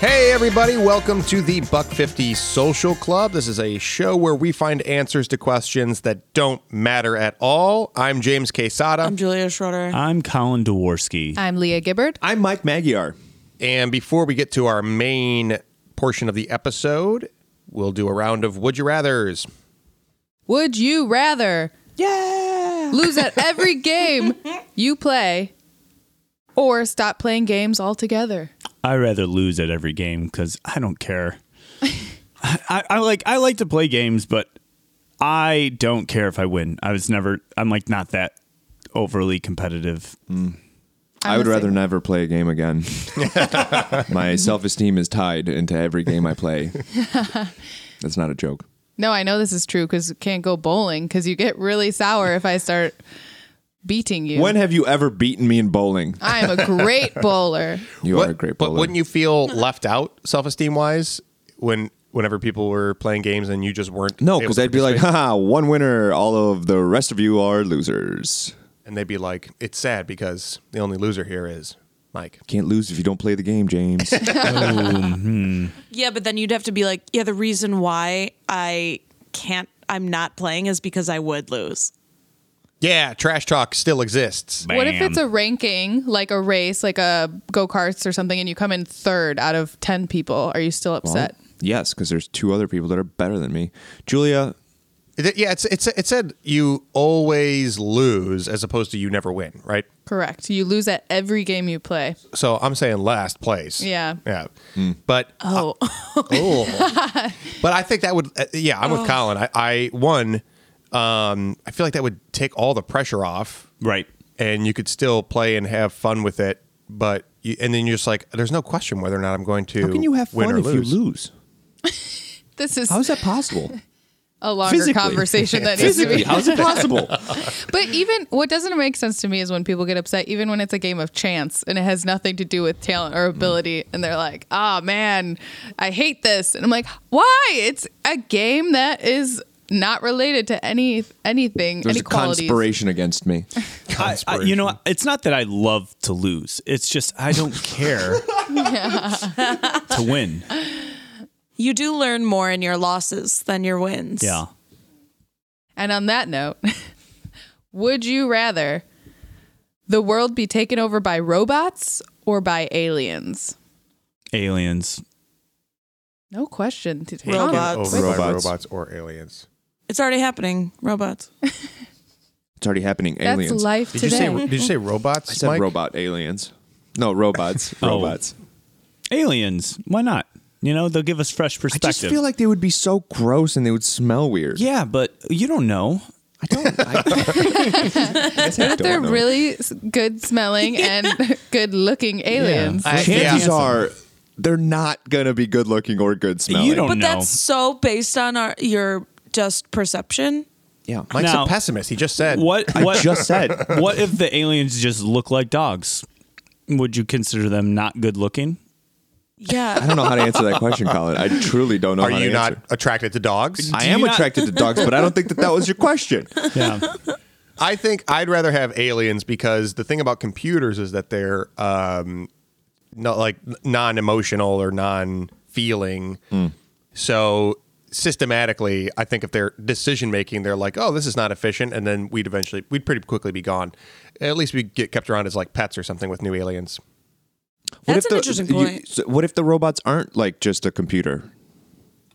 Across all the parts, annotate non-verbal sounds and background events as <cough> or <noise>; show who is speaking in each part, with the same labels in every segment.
Speaker 1: everybody. Welcome to the Buck 50 Social Club. This is a show where we find answers to questions that don't matter at all. I'm James Quesada.
Speaker 2: I'm Julia Schroeder.
Speaker 3: I'm Colin Jaworski.
Speaker 4: I'm Leah Gibbard.
Speaker 5: I'm Mike Magyar.
Speaker 1: And before we get to our main portion of the episode, we'll do a round of Would You Rathers.
Speaker 4: Would you rather
Speaker 2: yeah.
Speaker 4: lose at
Speaker 5: <laughs>
Speaker 4: every game you play or stop playing games altogether?
Speaker 3: I rather lose at every game because I don't care. I, I like I like to play games, but I don't care if I win. I was never. I'm like not that overly competitive.
Speaker 4: I'm
Speaker 5: i would
Speaker 4: the
Speaker 5: rather
Speaker 4: same.
Speaker 5: never play a
Speaker 1: <laughs>
Speaker 5: game again. My self esteem is tied into every game I play.
Speaker 4: <laughs>
Speaker 5: That's not a joke.
Speaker 4: No, I know this is true because can't go bowling because you get really sour if I start beating you.
Speaker 5: When have you ever beaten me in bowling?
Speaker 4: I'm a
Speaker 5: <laughs>
Speaker 4: great bowler.
Speaker 5: You
Speaker 1: Uh, What-
Speaker 5: are a great
Speaker 1: But
Speaker 5: bowler.
Speaker 1: wouldn't you feel left out self esteem wise when whenever people were playing games and you just weren't?
Speaker 5: no,
Speaker 1: able
Speaker 5: because
Speaker 1: to
Speaker 5: I'd be like,
Speaker 1: participate?
Speaker 5: haha, one winner, all of the rest of you are losers.
Speaker 1: and they'd be like, it's sad because the only loser here is Mike.
Speaker 5: Can't lose if you don't play the
Speaker 4: <laughs>
Speaker 5: game, James.
Speaker 2: Yeah, but then you'd have to be like, yeah, the reason why I can't, I'm not playing is because I would lose.
Speaker 1: Yeah, trash talk still exists.
Speaker 4: What if
Speaker 3: Bam.
Speaker 4: it's a ranking, like a race, like a go karts or something, and you come in third out of 10 people? Are you still upset?
Speaker 5: yes, because there's two other people that are better than me. Julia,
Speaker 1: It- yeah, it's it's it said you always lose as opposed to you never win, right?
Speaker 4: Correct. You lose at every game you play.
Speaker 1: So I'm saying last place.
Speaker 4: Yeah.
Speaker 1: yeah.
Speaker 5: Hmm.
Speaker 1: But
Speaker 2: Oh,
Speaker 1: oh. but I think that would uh, yeah, I'm with Colin. I, I one, um, I feel like that would take all the pressure off,
Speaker 3: right?
Speaker 1: and you could still play and have fun with it. But you, and then you're just like, there's no question whether or not I'm going to.
Speaker 5: how can you have
Speaker 1: win
Speaker 5: fun
Speaker 1: or
Speaker 5: if
Speaker 1: lose.
Speaker 5: you lose?
Speaker 4: This is
Speaker 5: How is that possible?
Speaker 4: a longer
Speaker 5: physically?
Speaker 4: conversation <laughs>
Speaker 5: <laughs>
Speaker 4: that needs to be.
Speaker 5: how is
Speaker 4: <laughs>
Speaker 5: it possible?
Speaker 4: But even what doesn't make sense to me is when people get upset, even when it's a game of chance and it has nothing to do with talent or ability, and they're like, "Ah, man, I hate this," and I'm like, "Why? It's a game that is not related to any anything,
Speaker 5: There's
Speaker 4: any
Speaker 5: a
Speaker 4: qualities."
Speaker 5: conspiration against me.
Speaker 3: I, I- you know, it's not that I love to lose. It's just I don't care to win.
Speaker 2: you do learn more in your losses than your wins.
Speaker 3: Yeah.
Speaker 4: And on that note, <laughs> would you rather the world be taken over by robots or by aliens?
Speaker 3: Aliens.
Speaker 4: No question.
Speaker 1: Taken
Speaker 2: Robots.
Speaker 1: over by
Speaker 5: Robots.
Speaker 1: robots or aliens?
Speaker 2: It's already happening. Robots.
Speaker 3: Oh,
Speaker 5: It's already happening.
Speaker 4: That's
Speaker 5: Aliens.
Speaker 4: life
Speaker 1: Did
Speaker 4: today.
Speaker 1: you say did you say robots?
Speaker 5: I said
Speaker 1: Mike?
Speaker 5: robot aliens. No, robots.
Speaker 3: <laughs> Oh.
Speaker 5: robots.
Speaker 3: Aliens. Why not? You know, they'll give us fresh
Speaker 5: I
Speaker 3: perspective.
Speaker 5: just feel like they would be so gross and they would smell weird.
Speaker 3: yeah, but you don't know.
Speaker 5: I don't. <laughs> I, I guess
Speaker 4: They're
Speaker 5: I don't know.
Speaker 4: really
Speaker 3: <laughs>
Speaker 4: good smelling and <laughs> good looking aliens.
Speaker 1: I-
Speaker 5: Chances
Speaker 1: yeah.
Speaker 5: are they're not gonna be good looking or good smelling.
Speaker 3: don't-
Speaker 2: But
Speaker 3: No.
Speaker 2: that's so based on our, your just perception.
Speaker 5: Yeah.
Speaker 1: Mike's
Speaker 3: Now-
Speaker 1: a pessimist. He just said
Speaker 3: What?
Speaker 5: I
Speaker 3: What?
Speaker 5: just said.
Speaker 3: what if the aliens just look like dogs? Would you consider them not good looking?
Speaker 5: I
Speaker 2: Yeah.
Speaker 3: <laughs>
Speaker 5: don't know how to answer that question, Colin. I truly don't know.
Speaker 1: Are
Speaker 5: how
Speaker 1: you
Speaker 5: to
Speaker 1: not
Speaker 5: Answer.
Speaker 1: attracted to dogs?
Speaker 5: I
Speaker 3: Do
Speaker 5: am
Speaker 3: you not-
Speaker 5: attracted to dogs, but I don't think that that was your <laughs> question.
Speaker 3: Yeah.
Speaker 1: I think I'd rather have aliens because the thing about computers is that they're um, not like non-emotional or non-feeling. So systematically, I think if they're decision making, they're like, "Oh, this is not efficient," and then we'd eventually we'd pretty quickly be gone. At least we get kept around as like pets or something with new aliens.
Speaker 5: What
Speaker 2: That's
Speaker 5: if
Speaker 2: an
Speaker 5: the,
Speaker 2: interesting
Speaker 5: you-
Speaker 2: point.
Speaker 5: so what if the robots aren't like just a computer?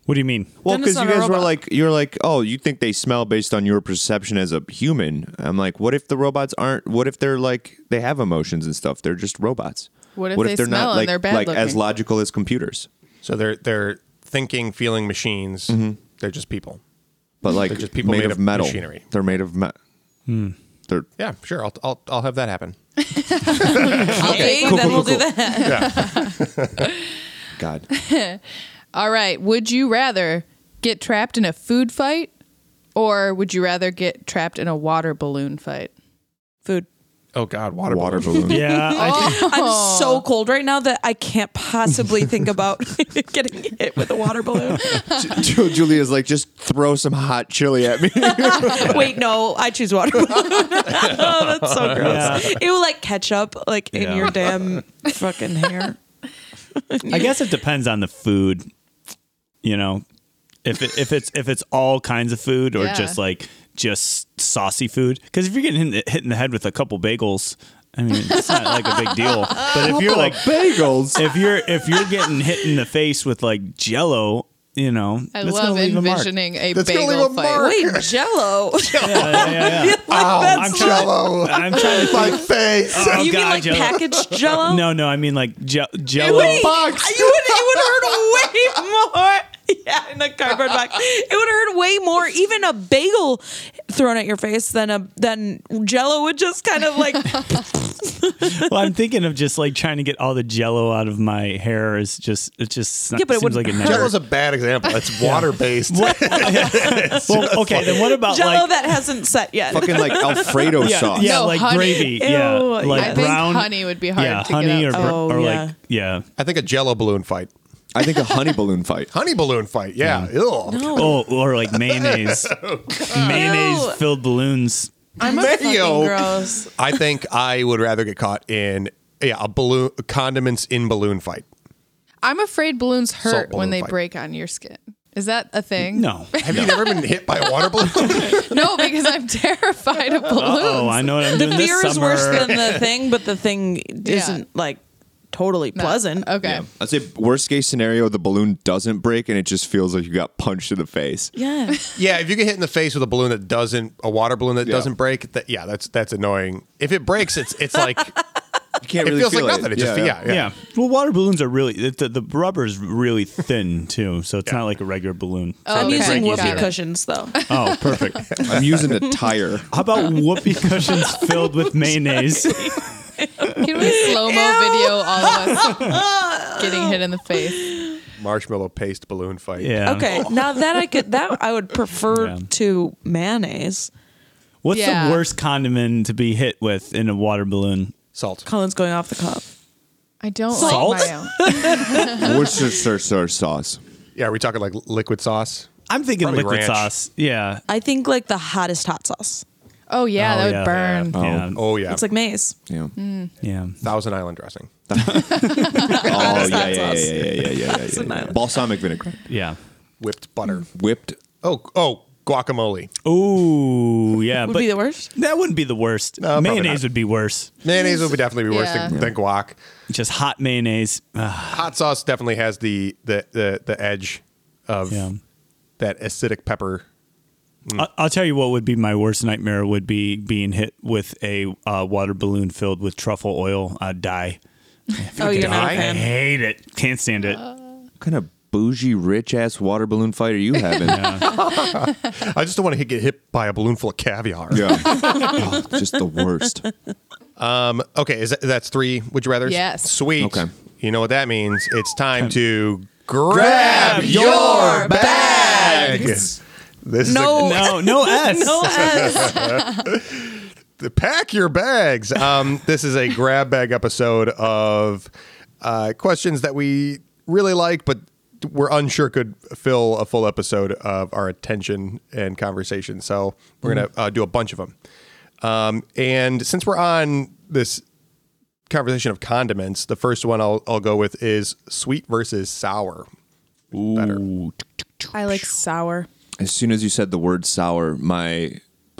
Speaker 3: What do you mean?
Speaker 5: Well,
Speaker 2: Then it's
Speaker 5: because you
Speaker 2: not a
Speaker 5: guys were
Speaker 2: robot.
Speaker 5: like, you're like, oh, you think they smell based on your perception as a human. I'm like, what if the robots aren't? What if they're like, they have emotions and stuff? They're just robots.
Speaker 4: What if they
Speaker 5: they're
Speaker 4: smell
Speaker 5: not
Speaker 4: and
Speaker 5: like,
Speaker 4: they're bad
Speaker 5: like as
Speaker 4: looking?
Speaker 5: logical as computers?
Speaker 1: So they're they're thinking, feeling machines. They're just people.
Speaker 5: But like,
Speaker 1: just people made
Speaker 5: made,
Speaker 1: of
Speaker 5: of metal.
Speaker 1: machinery.
Speaker 5: They're made of metal.
Speaker 3: Hmm.
Speaker 5: They're
Speaker 1: Yeah, sure. I'll I'll, I'll have that happen.
Speaker 2: Okay, then we'll do that.
Speaker 5: God.
Speaker 4: All right. Would you rather get trapped in a food fight or would you rather get trapped in a water balloon fight?
Speaker 2: Food.
Speaker 1: <laughs> Oh God, water
Speaker 5: Water
Speaker 1: balloon.
Speaker 5: balloon.
Speaker 3: Yeah. I,
Speaker 2: Oh, I'm
Speaker 3: <laughs>
Speaker 2: so cold right now that I can't possibly think about <laughs> getting hit with a water balloon.
Speaker 5: Ju- Julia's like, just throw some hot chili at me. <laughs>
Speaker 2: <laughs> Wait, no, I choose water <laughs> balloon. oh, that's so gross. It will like catch up like in
Speaker 3: Yeah.
Speaker 2: your damn fucking hair.
Speaker 3: <laughs> I guess it depends on the food. You know, if it, if it's if it's all kinds of food or
Speaker 4: Yeah.
Speaker 3: just like just saucy food. Because if you're getting hit, hit in the head with a couple bagels, I mean, it's not like a big deal. But if you're <laughs> like
Speaker 5: bagels. <laughs>
Speaker 3: if you're if you're getting hit in the face with like Jello, you know,
Speaker 4: I
Speaker 3: that's
Speaker 4: love
Speaker 3: gonna leave a mark.
Speaker 4: envisioning a
Speaker 1: That's gonna
Speaker 4: bagel
Speaker 1: leave a
Speaker 4: fight.
Speaker 1: mark.
Speaker 2: Wait, <laughs> Jello.
Speaker 3: Yeah, yeah, yeah.
Speaker 1: Oh,
Speaker 3: I'm trying-
Speaker 5: <laughs>
Speaker 1: Jell-O.
Speaker 3: I'm trying to
Speaker 1: my face.
Speaker 3: Oh,
Speaker 2: you mean
Speaker 3: God,
Speaker 2: like
Speaker 3: Jell-O.
Speaker 2: packaged Jello?
Speaker 3: <laughs> No, no, I mean like je-
Speaker 2: It
Speaker 3: Jello.
Speaker 2: would, <laughs> you would, it <laughs> would hurt way more. Yeah, in a cardboard box. It would hurt way more, even a bagel thrown at your face than a than Jello would just kind of
Speaker 3: <laughs>
Speaker 2: like.
Speaker 3: Uh, well, I'm thinking of just like trying to get all the Jello out of my hair. Is just it just
Speaker 2: Yeah, but it
Speaker 3: seems
Speaker 2: would
Speaker 3: like a
Speaker 1: Jello's
Speaker 3: nightmare.
Speaker 1: a bad example. It's water based.
Speaker 3: <laughs> Well, okay, then what about
Speaker 2: Jello
Speaker 3: like
Speaker 2: that hasn't set yet.
Speaker 5: Fucking like
Speaker 3: <laughs>
Speaker 5: Alfredo
Speaker 3: yeah,
Speaker 5: sauce.
Speaker 3: yeah,
Speaker 4: No,
Speaker 3: like
Speaker 4: honey.
Speaker 3: gravy, yeah,
Speaker 2: Ew,
Speaker 3: like
Speaker 4: I think
Speaker 3: brown
Speaker 4: honey would be hard
Speaker 3: yeah,
Speaker 4: to
Speaker 3: honey
Speaker 4: get
Speaker 3: or
Speaker 4: up.
Speaker 3: br-
Speaker 2: Oh,
Speaker 3: or
Speaker 2: yeah.
Speaker 3: like yeah.
Speaker 1: I think a Jello balloon fight,
Speaker 5: I think a honey balloon fight.
Speaker 1: honey balloon fight. Yeah, Ew.
Speaker 3: Oh, or like mayonnaise, mayonnaise filled balloons.
Speaker 2: I'm a
Speaker 1: Mayo.
Speaker 2: fucking gross.
Speaker 1: I think I would rather get caught in yeah a balloon condiments in balloon fight.
Speaker 4: I'm afraid balloons hurt
Speaker 1: balloon
Speaker 4: when they
Speaker 1: fight.
Speaker 4: break on your skin. Is that a thing?
Speaker 3: No,
Speaker 1: Have you never been hit by a water balloon?
Speaker 4: <laughs>
Speaker 1: <laughs>
Speaker 4: no, because I'm
Speaker 3: <laughs>
Speaker 4: terrified of balloons.
Speaker 3: oh, I know what I'm
Speaker 2: The
Speaker 3: doing this
Speaker 2: fear is
Speaker 3: summer.
Speaker 2: worse than
Speaker 5: <laughs>
Speaker 2: the thing, but the thing isn't like totally
Speaker 4: No.
Speaker 2: pleasant.
Speaker 4: Okay.
Speaker 5: I'd say worst case scenario, the balloon doesn't break and it just feels like you got punched in the face.
Speaker 2: Yeah.
Speaker 1: yeah, if you get hit in the face with a balloon that doesn't a water balloon that
Speaker 5: Yeah.
Speaker 1: doesn't break, that yeah, that's that's annoying. If it breaks, it's it's like
Speaker 5: You can't
Speaker 1: it
Speaker 5: really
Speaker 1: feels
Speaker 5: feel
Speaker 1: like nothing. It just yeah, yeah.
Speaker 3: yeah. Well, water balloons are really it- the, the rubber is really thin too, so it's not like a regular balloon. So
Speaker 4: I'm
Speaker 2: I'm
Speaker 3: they
Speaker 2: using
Speaker 3: break easier.
Speaker 2: whoopee cushions though.
Speaker 3: Oh, perfect.
Speaker 5: I'm
Speaker 1: <laughs>
Speaker 5: using a tire.
Speaker 3: <laughs> How about whoopee cushions filled with mayonnaise?
Speaker 4: Can we
Speaker 3: <laughs>
Speaker 4: slow mo video all of us getting hit in the face?
Speaker 1: Marshmallow paste balloon fight.
Speaker 3: Yeah.
Speaker 2: Okay,
Speaker 5: Oh.
Speaker 2: now that I could that I would prefer
Speaker 3: Yeah.
Speaker 2: to mayonnaise.
Speaker 3: What's
Speaker 4: Yeah.
Speaker 3: the worst condiment to be hit with in a water balloon?
Speaker 1: Salt.
Speaker 2: Colin's going off the cuff.
Speaker 4: I don't
Speaker 3: Salt?
Speaker 4: like mayo.
Speaker 5: Worcestershire sauce.
Speaker 1: Yeah, are we talking like liquid sauce?
Speaker 3: I'm thinking
Speaker 1: Probably
Speaker 3: liquid
Speaker 1: ranch.
Speaker 3: sauce. Yeah.
Speaker 2: I think like the hottest hot sauce.
Speaker 4: Oh yeah,
Speaker 3: Oh,
Speaker 4: that would
Speaker 3: yeah.
Speaker 4: burn.
Speaker 3: Yeah.
Speaker 1: Oh yeah,
Speaker 2: It's like maize.
Speaker 5: Yeah.
Speaker 3: Yeah.
Speaker 1: Thousand Island dressing.
Speaker 5: <laughs> Oh yeah,
Speaker 2: hot
Speaker 5: yeah, yeah,
Speaker 2: sauce.
Speaker 5: yeah, yeah, yeah, yeah, yeah, yeah.
Speaker 2: island.
Speaker 5: <laughs> Balsamic vinegar,
Speaker 3: Yeah.
Speaker 1: Whipped butter.
Speaker 5: whipped.
Speaker 1: Oh oh, guacamole.
Speaker 3: Ooh, yeah.
Speaker 2: Would
Speaker 3: but
Speaker 2: be the worst.
Speaker 3: that wouldn't be the worst.
Speaker 1: No, probably
Speaker 3: mayonnaise
Speaker 1: not.
Speaker 3: would be worse.
Speaker 1: Mayonnaise would be definitely be worse
Speaker 4: Yeah.
Speaker 1: than, than guac.
Speaker 3: Just hot mayonnaise. Uh, Ugh,
Speaker 1: Hot sauce definitely has the the the, the edge of Mm.
Speaker 3: yeah.
Speaker 1: that acidic pepper.
Speaker 3: I- I'll tell you what would be my worst nightmare would be being hit with a uh, water balloon filled with truffle oil. I'd die.
Speaker 2: Oh, you're not
Speaker 1: die.
Speaker 2: a
Speaker 3: I
Speaker 5: <laughs>
Speaker 2: fan.
Speaker 3: hate it. Can't stand it.
Speaker 5: What kind of bougie, rich ass water balloon fight are you having? <laughs> Yeah.
Speaker 1: I just don't want to get hit by a balloon full of caviar.
Speaker 5: Oh, just the worst.
Speaker 1: Okay, is that, that's three. Would you rather?
Speaker 4: Yes.
Speaker 1: Sweet.
Speaker 5: Okay.
Speaker 1: You know what that means? It's time to grab
Speaker 2: your
Speaker 1: bags. This
Speaker 2: No.
Speaker 1: is
Speaker 3: No, no S.
Speaker 2: No uh,
Speaker 5: <laughs>
Speaker 2: S.
Speaker 1: a, pack your bags. Um, <laughs> this is a grab bag episode of uh, questions that we really like, but we're unsure could fill a full episode of our attention and conversation. So we're gonna uh, do a bunch of them. Um, and since we're on this conversation of condiments, the first one I'll, I'll go with is sweet versus sour.
Speaker 5: Ooh.
Speaker 4: I like sour.
Speaker 5: As soon as you said the word sour, my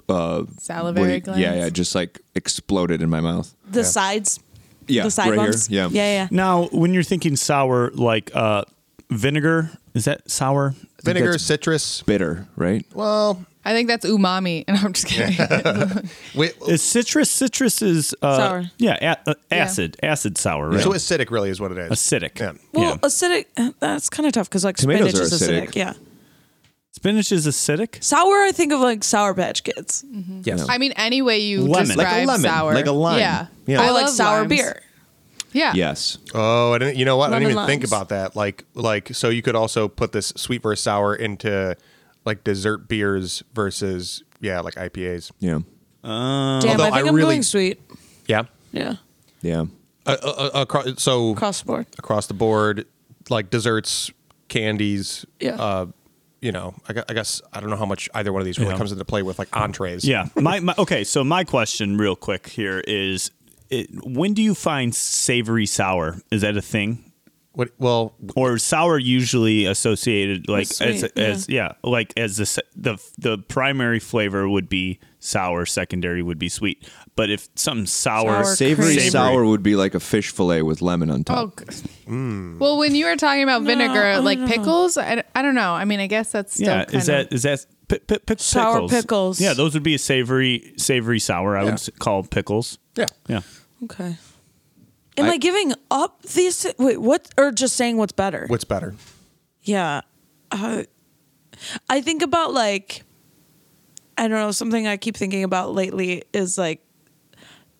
Speaker 5: uh,
Speaker 4: Salivary
Speaker 5: what do
Speaker 4: glands.
Speaker 5: Yeah, yeah, just like exploded in my mouth.
Speaker 2: The sides.
Speaker 5: Yeah,
Speaker 2: The side
Speaker 5: right
Speaker 2: bumps.
Speaker 5: here. Yeah.
Speaker 2: Yeah. Yeah.
Speaker 3: Now, when you're thinking sour, like uh, vinegar, is that sour?
Speaker 1: Vinegar,
Speaker 5: that's-
Speaker 1: citrus.
Speaker 5: Bitter, right?
Speaker 1: Well,
Speaker 4: I think that's umami, <laughs> and I'm just kidding.
Speaker 1: we,
Speaker 3: Is citrus? Citrus is uh,
Speaker 2: Sour.
Speaker 3: Yeah, a- uh, acid, acid sour, right?
Speaker 1: so acidic really is what it is.
Speaker 3: acidic.
Speaker 1: Yeah.
Speaker 2: Well,
Speaker 3: Yeah.
Speaker 2: acidic. uh, That's kind of tough because like
Speaker 5: Tomatoes
Speaker 2: spinach
Speaker 5: are
Speaker 2: is acidic.
Speaker 5: acidic.
Speaker 2: Yeah.
Speaker 3: Spinach is acidic.
Speaker 2: Sour. I think of like sour patch kids.
Speaker 5: Yes.
Speaker 4: <laughs> I mean, any way you
Speaker 3: Lemon.
Speaker 4: describe
Speaker 3: Like
Speaker 5: a lemon,
Speaker 4: sour,
Speaker 5: like a lime.
Speaker 4: Yeah,
Speaker 5: Yeah.
Speaker 2: I,
Speaker 5: I
Speaker 2: like
Speaker 4: love
Speaker 2: sour
Speaker 4: limes.
Speaker 2: beer.
Speaker 4: Yeah,
Speaker 5: Yes.
Speaker 1: Oh, I didn't. You know what? I didn't
Speaker 2: Lemon
Speaker 1: even think
Speaker 2: limes.
Speaker 1: about that. Like, like so you could also put this sweet versus sour into like dessert beers versus yeah, like IPAs.
Speaker 5: Yeah.
Speaker 2: Damn,
Speaker 1: Although
Speaker 2: I think
Speaker 1: I
Speaker 2: I'm
Speaker 1: really-
Speaker 2: going sweet.
Speaker 1: Yeah.
Speaker 2: Yeah.
Speaker 5: Yeah.
Speaker 1: Uh, uh, uh, across, so
Speaker 2: Across the board.
Speaker 1: across the board, like desserts, candies.
Speaker 2: Yeah.
Speaker 1: Uh, you know, I, gu- I guess I don't know how much either one of these really
Speaker 3: Yeah.
Speaker 1: comes into play with like entrees.
Speaker 3: Yeah. My, my okay. So my question, real quick here, is it, when do you find savory sour? Is that a thing?
Speaker 1: What? Well,
Speaker 3: or sour usually associated like as
Speaker 2: sweet,
Speaker 3: as yeah like as the se- the the primary flavor would be sour secondary would be sweet but if something sour,
Speaker 2: Sour.
Speaker 5: Savory,
Speaker 2: Savory.
Speaker 5: sour would be like a fish fillet with lemon on
Speaker 4: Oh.
Speaker 5: top.
Speaker 4: g- Well, when you were talking about vinegar,
Speaker 2: I
Speaker 4: like
Speaker 2: don't know.
Speaker 4: pickles, I, I don't know. I mean, I guess that's still
Speaker 3: yeah
Speaker 4: kind
Speaker 3: is that is that pi pi pic-
Speaker 2: Sour
Speaker 3: pickles.
Speaker 2: pickles.
Speaker 3: yeah those would be a savory savory sour I would
Speaker 1: Yeah.
Speaker 3: s- call pickles
Speaker 1: yeah.
Speaker 3: yeah
Speaker 2: Okay. Am I, giving up these? Wait, what? Or just saying what's better?
Speaker 1: What's better?
Speaker 2: Yeah. Uh, I think about like, I don't know, something I keep thinking about lately is like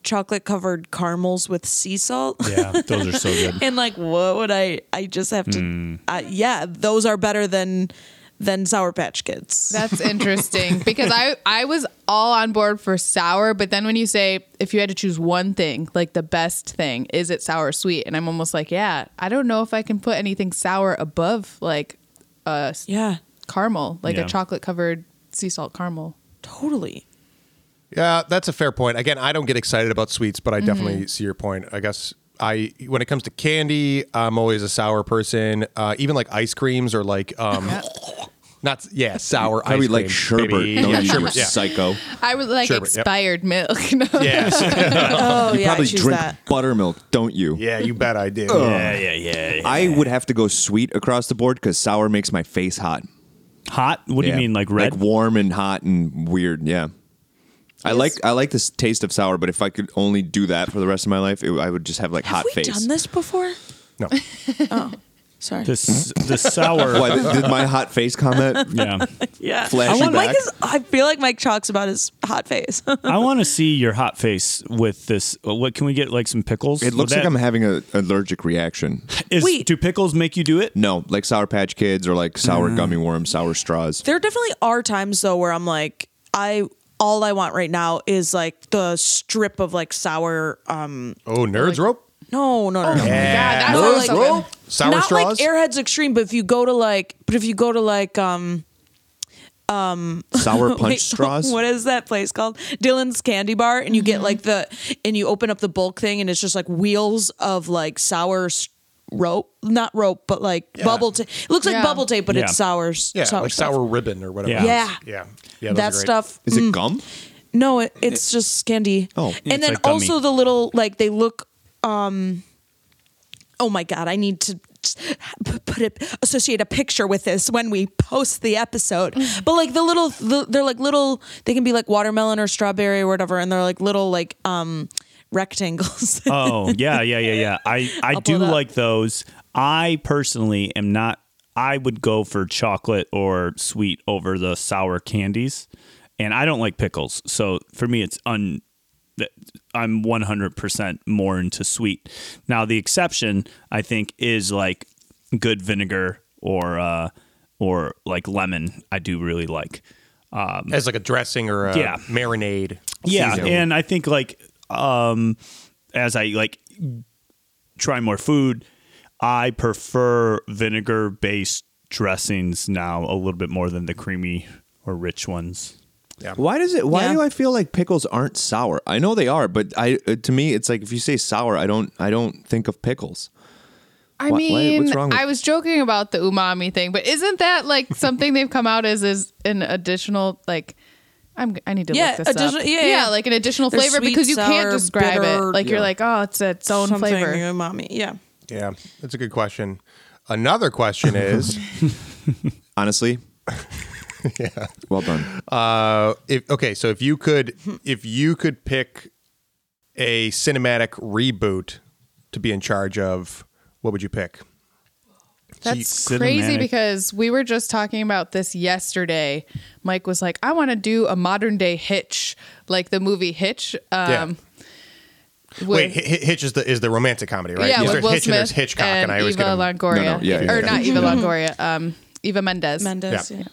Speaker 2: chocolate covered caramels with sea salt.
Speaker 3: yeah those are so
Speaker 2: <laughs>
Speaker 3: good
Speaker 2: and like, what would I, I just have to, uh, yeah, those are better than, than Sour Patch Kids.
Speaker 4: <laughs> That's interesting because I I was all on board for sour, but then when you say if you had to choose one thing, like the best thing, is it sour or sweet? And I'm almost like, yeah, I don't know if I can put anything sour above like a s-
Speaker 2: yeah,
Speaker 4: caramel, like
Speaker 3: Yeah.
Speaker 4: a chocolate covered sea salt caramel.
Speaker 2: totally.
Speaker 1: Yeah, that's a fair point. Again, I don't get excited about sweets,
Speaker 2: Mm-hmm.
Speaker 1: but I definitely see your point. I guess I, when it comes to candy, I'm always a sour person. Uh, even like ice creams or like, um, <laughs> not yeah,
Speaker 2: Oh,
Speaker 1: sour ice
Speaker 5: Probably
Speaker 1: cream.
Speaker 5: like sherbet.
Speaker 1: baby.
Speaker 5: don't
Speaker 1: Yeah,
Speaker 5: you,
Speaker 1: sherbet.
Speaker 5: you
Speaker 1: Yeah.
Speaker 5: psycho.
Speaker 4: I would like
Speaker 1: Sherbet, yep.
Speaker 4: expired milk. <laughs> No.
Speaker 5: <laughs>
Speaker 1: Yes.
Speaker 2: Oh, yeah, I
Speaker 5: Probably
Speaker 2: choose
Speaker 5: drink
Speaker 2: that.
Speaker 5: buttermilk, don't you?
Speaker 1: yeah, you bet I do.
Speaker 3: <laughs> yeah yeah yeah, yeah.
Speaker 5: I would have to go sweet across the board because sour makes my face hot.
Speaker 3: hot what do
Speaker 5: Yeah.
Speaker 3: you mean like red
Speaker 5: Like warm and hot and weird. Yeah. I like I like this taste of sour, but if I could only do that for the rest of my life, it, I would just have like
Speaker 2: Have
Speaker 5: hot
Speaker 2: we
Speaker 5: face.
Speaker 2: done this before?
Speaker 1: No.
Speaker 2: Sorry.
Speaker 3: the s-
Speaker 5: <laughs>
Speaker 3: the sour
Speaker 5: Why, did my hot
Speaker 2: <laughs>
Speaker 5: face comment?
Speaker 3: yeah
Speaker 2: yeah.
Speaker 5: Flash
Speaker 2: I, want-
Speaker 5: back.
Speaker 2: Mike is, I feel like Mike talks about his hot face. <laughs>
Speaker 3: I want to see your hot face with this. uh, What can we get? Like some pickles.
Speaker 5: It looks
Speaker 3: Would
Speaker 5: like
Speaker 3: that-
Speaker 5: I'm having an allergic reaction.
Speaker 3: Is,
Speaker 2: Wait.
Speaker 3: do pickles make you do it?
Speaker 5: No, like Sour Patch Kids or like
Speaker 1: Mm.
Speaker 5: sour gummy worms, sour straws.
Speaker 2: there definitely are times though where I'm like, I all I want right now is like the strip of like sour. Um,
Speaker 1: Oh, nerds rope.
Speaker 2: no, no, no, no.
Speaker 4: Yeah, that
Speaker 2: Or,
Speaker 4: sounds
Speaker 2: like,
Speaker 4: so good.
Speaker 1: Sour
Speaker 2: Not
Speaker 1: straws.
Speaker 2: like Airheads Extreme, but if you go to like, but if you go to like, um,
Speaker 5: Sour punch
Speaker 2: <laughs> wait,
Speaker 5: straws.
Speaker 2: What is that place called? Dylan's Candy Bar, and you get like the, and you open up the bulk thing, and it's just like wheels of like sour s- rope, not rope, but like bubble tape. It looks like
Speaker 4: Yeah.
Speaker 2: bubble tape, but
Speaker 3: Yeah.
Speaker 2: it's sour. s-
Speaker 1: yeah,
Speaker 2: sour
Speaker 1: like
Speaker 2: stuff.
Speaker 1: sour ribbon or whatever.
Speaker 3: Yeah.
Speaker 1: it is.
Speaker 2: Yeah.
Speaker 1: Yeah. Yeah. those are
Speaker 2: that
Speaker 1: great.
Speaker 2: stuff.
Speaker 5: Is it gum?
Speaker 2: No, it, it's just candy.
Speaker 5: Oh.
Speaker 2: and
Speaker 3: It's
Speaker 2: then
Speaker 3: like gummy.
Speaker 2: also the little like they look. um Oh my god, I need to p- put it associate a picture with this when we post the episode. But like the little, the, they're like little. They can be like watermelon or strawberry or whatever, and they're like little like um rectangles. <laughs>
Speaker 3: Oh yeah, yeah, yeah, yeah. I I
Speaker 2: I'll
Speaker 3: do
Speaker 2: pull it up.
Speaker 3: like those. I personally am not. I would go for chocolate or sweet over the sour candies, and I don't like pickles. So for me, it's un. that- I'm 100% more into sweet. Now the exception I think is like good vinegar or uh or like lemon. I do really like.
Speaker 1: as like a dressing or a
Speaker 3: Yeah.
Speaker 1: marinade.
Speaker 3: yeah
Speaker 1: seasoning.
Speaker 3: and i think like um as i like try more food i prefer vinegar based dressings now a little bit more than the creamy or rich ones
Speaker 5: Why does it? Why
Speaker 2: Yeah.
Speaker 5: do I feel like pickles aren't sour? I know they are, but I uh, to me it's like if you say sour, I don't I don't think of pickles.
Speaker 4: I
Speaker 5: Why- why-
Speaker 4: mean,
Speaker 5: what's wrong with-
Speaker 4: I was joking about the umami thing, but isn't that like something they've come out as is an additional like? I'm I need to
Speaker 2: Yeah,
Speaker 4: look this up.
Speaker 2: additional- yeah, yeah.
Speaker 4: like an additional
Speaker 2: There's
Speaker 4: flavor
Speaker 2: sweet,
Speaker 4: because you can't
Speaker 2: sour,
Speaker 4: describe
Speaker 2: bitter,
Speaker 4: it. Like you're
Speaker 5: yeah.
Speaker 4: like, oh, it's its own
Speaker 2: Something,
Speaker 4: flavor.
Speaker 2: uh, mommy. Yeah.
Speaker 1: Yeah, that's a good question. Another question
Speaker 2: <laughs>
Speaker 1: is,
Speaker 5: <laughs> Honestly. yeah. Well done.
Speaker 1: uh, if okay, so if you could, if you could pick a cinematic reboot to be in charge of, what would you pick?
Speaker 4: That's
Speaker 3: Cinematic.
Speaker 4: crazy because we were just talking about this yesterday. Mike was like, I want to do a modern day Hitch, like the movie Hitch. Um, with-
Speaker 1: Wait, Hi- Hi- Hitch is the is the romantic comedy, right?
Speaker 4: Yeah,
Speaker 1: Because
Speaker 4: with
Speaker 1: there's
Speaker 4: Will
Speaker 1: Hitch
Speaker 4: Smith
Speaker 1: and there's Hitchcock, and, I always
Speaker 4: Eva
Speaker 1: get 'em-
Speaker 4: Longoria,
Speaker 5: No, no, yeah, yeah,
Speaker 4: or
Speaker 5: yeah.
Speaker 4: not Eva Longoria, um, Eva Mendes.
Speaker 2: Mendez.
Speaker 1: Yeah.
Speaker 2: Yeah.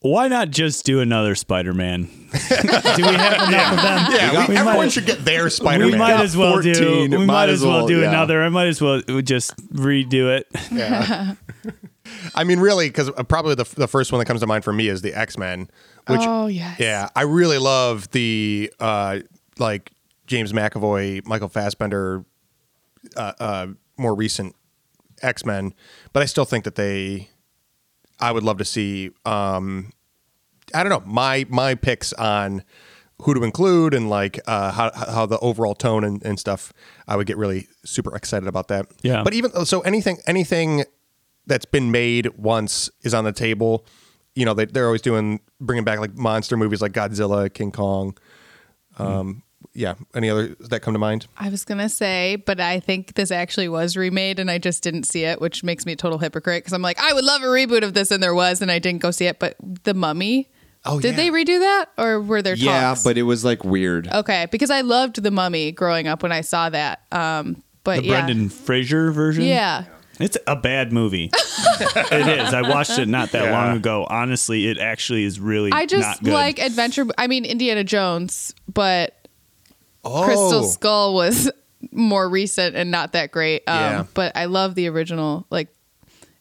Speaker 3: why not just do another spider-man <laughs> do we have enough of them
Speaker 1: Yeah, we,
Speaker 3: might-
Speaker 1: everyone should get their Spider-Man.
Speaker 3: we might as well
Speaker 5: 14,
Speaker 3: do. We might, as well, do
Speaker 5: yeah.
Speaker 3: another. I might as well just redo it.
Speaker 1: Yeah.
Speaker 4: <laughs>
Speaker 1: I mean, really, because probably the, the first one that comes to mind for me is the X Men, which
Speaker 4: Oh yes.
Speaker 1: yeah, I really love the uh, like James McAvoy, Michael Fassbender, uh, uh, more recent X Men, but I still think that they. I would love to see. Um, I don't know my my picks on who to include and like uh, how how the overall tone and, and stuff. I would get really super excited about that.
Speaker 3: Yeah.
Speaker 1: but even so, anything anything that's been made once is on the table. You know, they, they're always doing bringing back like monster movies like Godzilla, King Kong. Um, Yeah, any others that come to mind?
Speaker 4: I was gonna say, but I think this actually was remade, and I just didn't see it, which makes me a total hypocrite because I'm like, I would love a reboot of this, and there was, and I didn't go see it. But the Mummy,
Speaker 1: Oh,
Speaker 4: did
Speaker 1: yeah.
Speaker 4: they redo that, or were there?
Speaker 5: Yeah,
Speaker 4: talks?
Speaker 5: but it was like weird.
Speaker 4: okay, because I loved the Mummy growing up when I saw that. Um, but
Speaker 3: The
Speaker 4: yeah,
Speaker 3: Brendan Fraser version.
Speaker 4: yeah,
Speaker 3: It's a bad movie. it is. I watched it not that
Speaker 1: Yeah.
Speaker 3: long ago. Honestly, it actually is really.
Speaker 4: I
Speaker 3: not
Speaker 4: just
Speaker 3: good.
Speaker 4: like adventure. I mean, Indiana Jones, but
Speaker 1: Oh,
Speaker 4: Crystal Skull was <laughs> more recent and not that great. Um,
Speaker 1: Yeah.
Speaker 4: But I love the original, like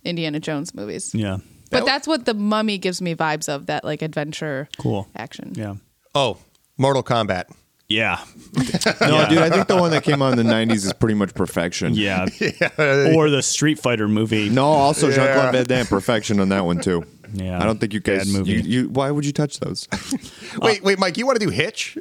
Speaker 4: Indiana Jones movies.
Speaker 3: Yeah.
Speaker 1: That
Speaker 4: but
Speaker 1: w-
Speaker 4: that's what the mummy gives me vibes of that like adventure
Speaker 3: Cool.
Speaker 4: action.
Speaker 3: Yeah.
Speaker 1: Oh, Mortal Kombat.
Speaker 3: Yeah.
Speaker 5: No, dude, I think the one that came out in the '90s is pretty much perfection.
Speaker 3: Yeah. Or the Street Fighter movie.
Speaker 5: No, also Jean
Speaker 1: Yeah.
Speaker 5: Claude Van Damme, perfection on that one too.
Speaker 3: Yeah.
Speaker 5: I don't think you
Speaker 3: Bad
Speaker 5: guys.
Speaker 3: movie.
Speaker 5: You, you, why would you touch those?
Speaker 3: Uh,
Speaker 1: Wait, wait, Mike, you want to do Hitch?